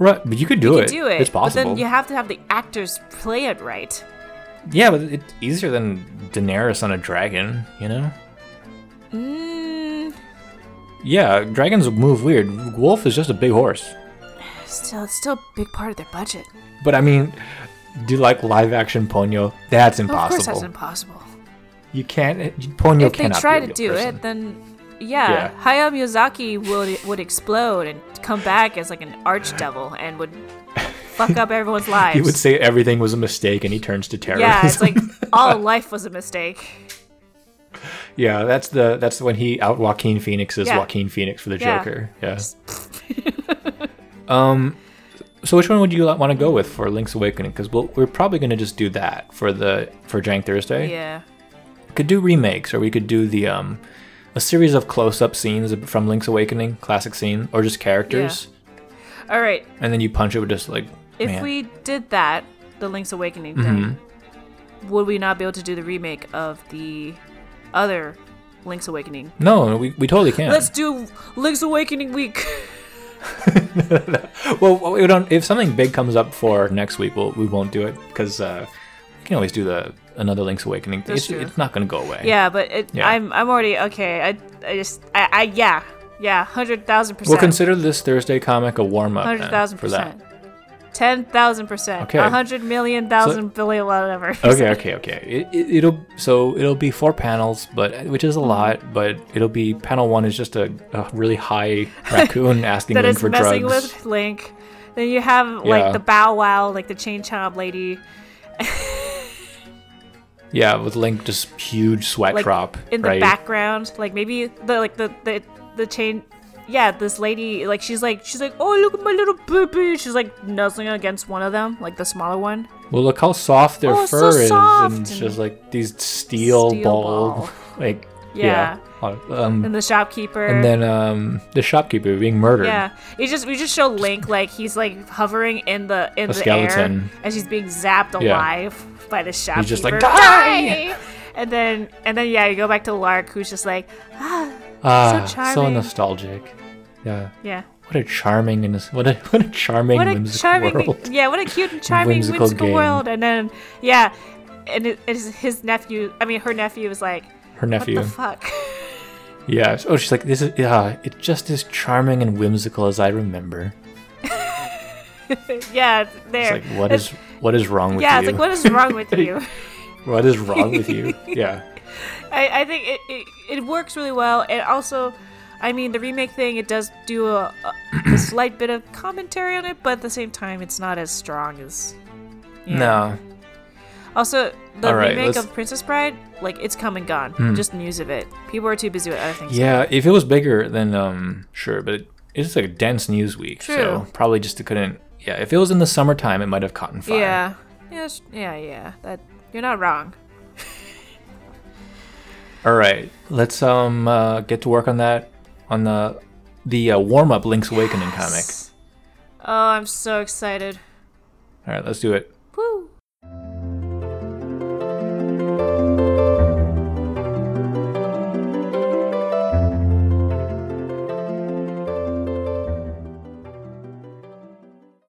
S2: Right, but you could do
S1: You
S2: it.
S1: do it,
S2: It's
S1: but
S2: possible.
S1: then you have to have the actors play it right.
S2: yeah, but it's easier than Daenerys on a dragon. You know.
S1: Mm,
S2: Yeah, dragons move weird. Wolf is just a big horse.
S1: still, it's still a big part of their budget.
S2: But I mean, do you like live action Ponyo? That's
S1: Of course,
S2: impossible.
S1: that's impossible.
S2: you can't. Ponyo
S1: if they
S2: cannot
S1: try
S2: be a
S1: to
S2: real
S1: do
S2: person.
S1: it, then yeah,
S2: Yeah.
S1: Hayao Miyazaki would would explode and come back as like an archdevil and would fuck up everyone's lives.
S2: He would say everything was a mistake, and he turns to terrorism.
S1: yeah, it's like all life was a mistake.
S2: yeah, that's the that's when he out Joaquin Phoenix is
S1: Yeah.
S2: Joaquin Phoenix for the
S1: Yeah.
S2: Joker. Yeah. um, so which one would you want to go with for Link's Awakening? Because we'll, we're probably going to just do that for the for Jank Thursday.
S1: Yeah.
S2: We could do remakes, or we could do the um a series of close-up scenes from Link's Awakening, classic scene, or just characters,
S1: All right.
S2: and then you punch it with just like
S1: If
S2: man. Mm-hmm.
S1: we did that, the Link's Awakening thing, would we not be able to do the remake of the other Link's Awakening?
S2: No, we, we totally can.
S1: Let's do Link's Awakening week.
S2: Well, we don't. If something big comes up for next week, we'll, we won't do it because uh, we can always do the another Link's Awakening.
S1: That's
S2: It's,
S1: true.
S2: it's not going to go away.
S1: Yeah, but it,
S2: Yeah.
S1: I'm I'm already okay. I I just I, I yeah yeah hundred thousand
S2: We'll
S1: percent.
S2: consider this Thursday comic a warm up.
S1: hundred thousand
S2: for that.
S1: percent. Ten thousand percent.
S2: Okay.
S1: A hundred million thousand billion whatever.
S2: Okay, okay, okay. It, it, it'll so it'll be four panels, but which
S1: Mm-hmm.
S2: is a lot. But it'll be panel one is just a, a really high raccoon asking
S1: that
S2: Link
S1: is
S2: for
S1: messing
S2: drugs.
S1: with Link. Then you have
S2: Yeah.
S1: like the Bow Wow, like the Chain Chomp lady,
S2: Yeah, with Link just huge sweat
S1: like
S2: drop
S1: in the
S2: right?
S1: background. Like maybe the like the the the chain. Yeah, this lady like she's like she's like oh look at my little baby. She's like nuzzling against one of them, like the smaller one.
S2: Well, look how soft their
S1: Oh, it's so
S2: fur is,
S1: soft
S2: and
S1: and-
S2: just like these steel,
S1: Steel
S2: ball,
S1: ball.
S2: like
S1: Yeah.
S2: yeah. Um,
S1: And the shopkeeper.
S2: and then um, the shopkeeper being murdered.
S1: Yeah, you just we just show Link like he's like hovering in the in the
S2: skeleton.
S1: air as he's being zapped
S2: Yeah.
S1: alive by the shopkeeper.
S2: just like,
S1: die! And then and then yeah, you go back to Lark who's just like ah
S2: Ah,
S1: So
S2: so,
S1: charming.
S2: nostalgic. Yeah,
S1: yeah.
S2: what a charming and what a what a charming
S1: What a
S2: whimsical
S1: charming,
S2: world.
S1: yeah! What a cute and charming
S2: Whimsical
S1: whimsical,
S2: game.
S1: world. And then, yeah, and it, it is his nephew. I mean, her nephew is like,
S2: Her
S1: "What
S2: nephew.
S1: the fuck?"
S2: Yeah. Oh, she's like this is yeah. It's just as charming and whimsical as I remember.
S1: yeah, there.
S2: It's like what
S1: It's-
S2: is what is wrong with
S1: yeah,
S2: you?
S1: it's like what is wrong with you?
S2: what is wrong with you? Yeah.
S1: I, I think it, it, it works really well, and also, I mean, the remake thing it does do a, a, a slight bit of commentary on it, but at the same time, it's not as strong as. yeah.
S2: No.
S1: Also, the
S2: All right,
S1: remake
S2: let's- Hmm.
S1: of Princess Bride, like it's come and gone. Just news of it. People are too busy with other things.
S2: Yeah. If it was bigger, then um, sure. But it, it's like a dense news week, so
S1: True.
S2: probably just couldn't. Yeah. If it was in the summertime, it might have caught on fire.
S1: Yeah. Yeah. sh- Yeah. Yeah. That you're not wrong.
S2: All right, let's um uh, get to work on that on the the uh, warm up Link's Awakening comic.
S1: Oh, I'm so excited.
S2: All right, let's do it.
S1: Woo.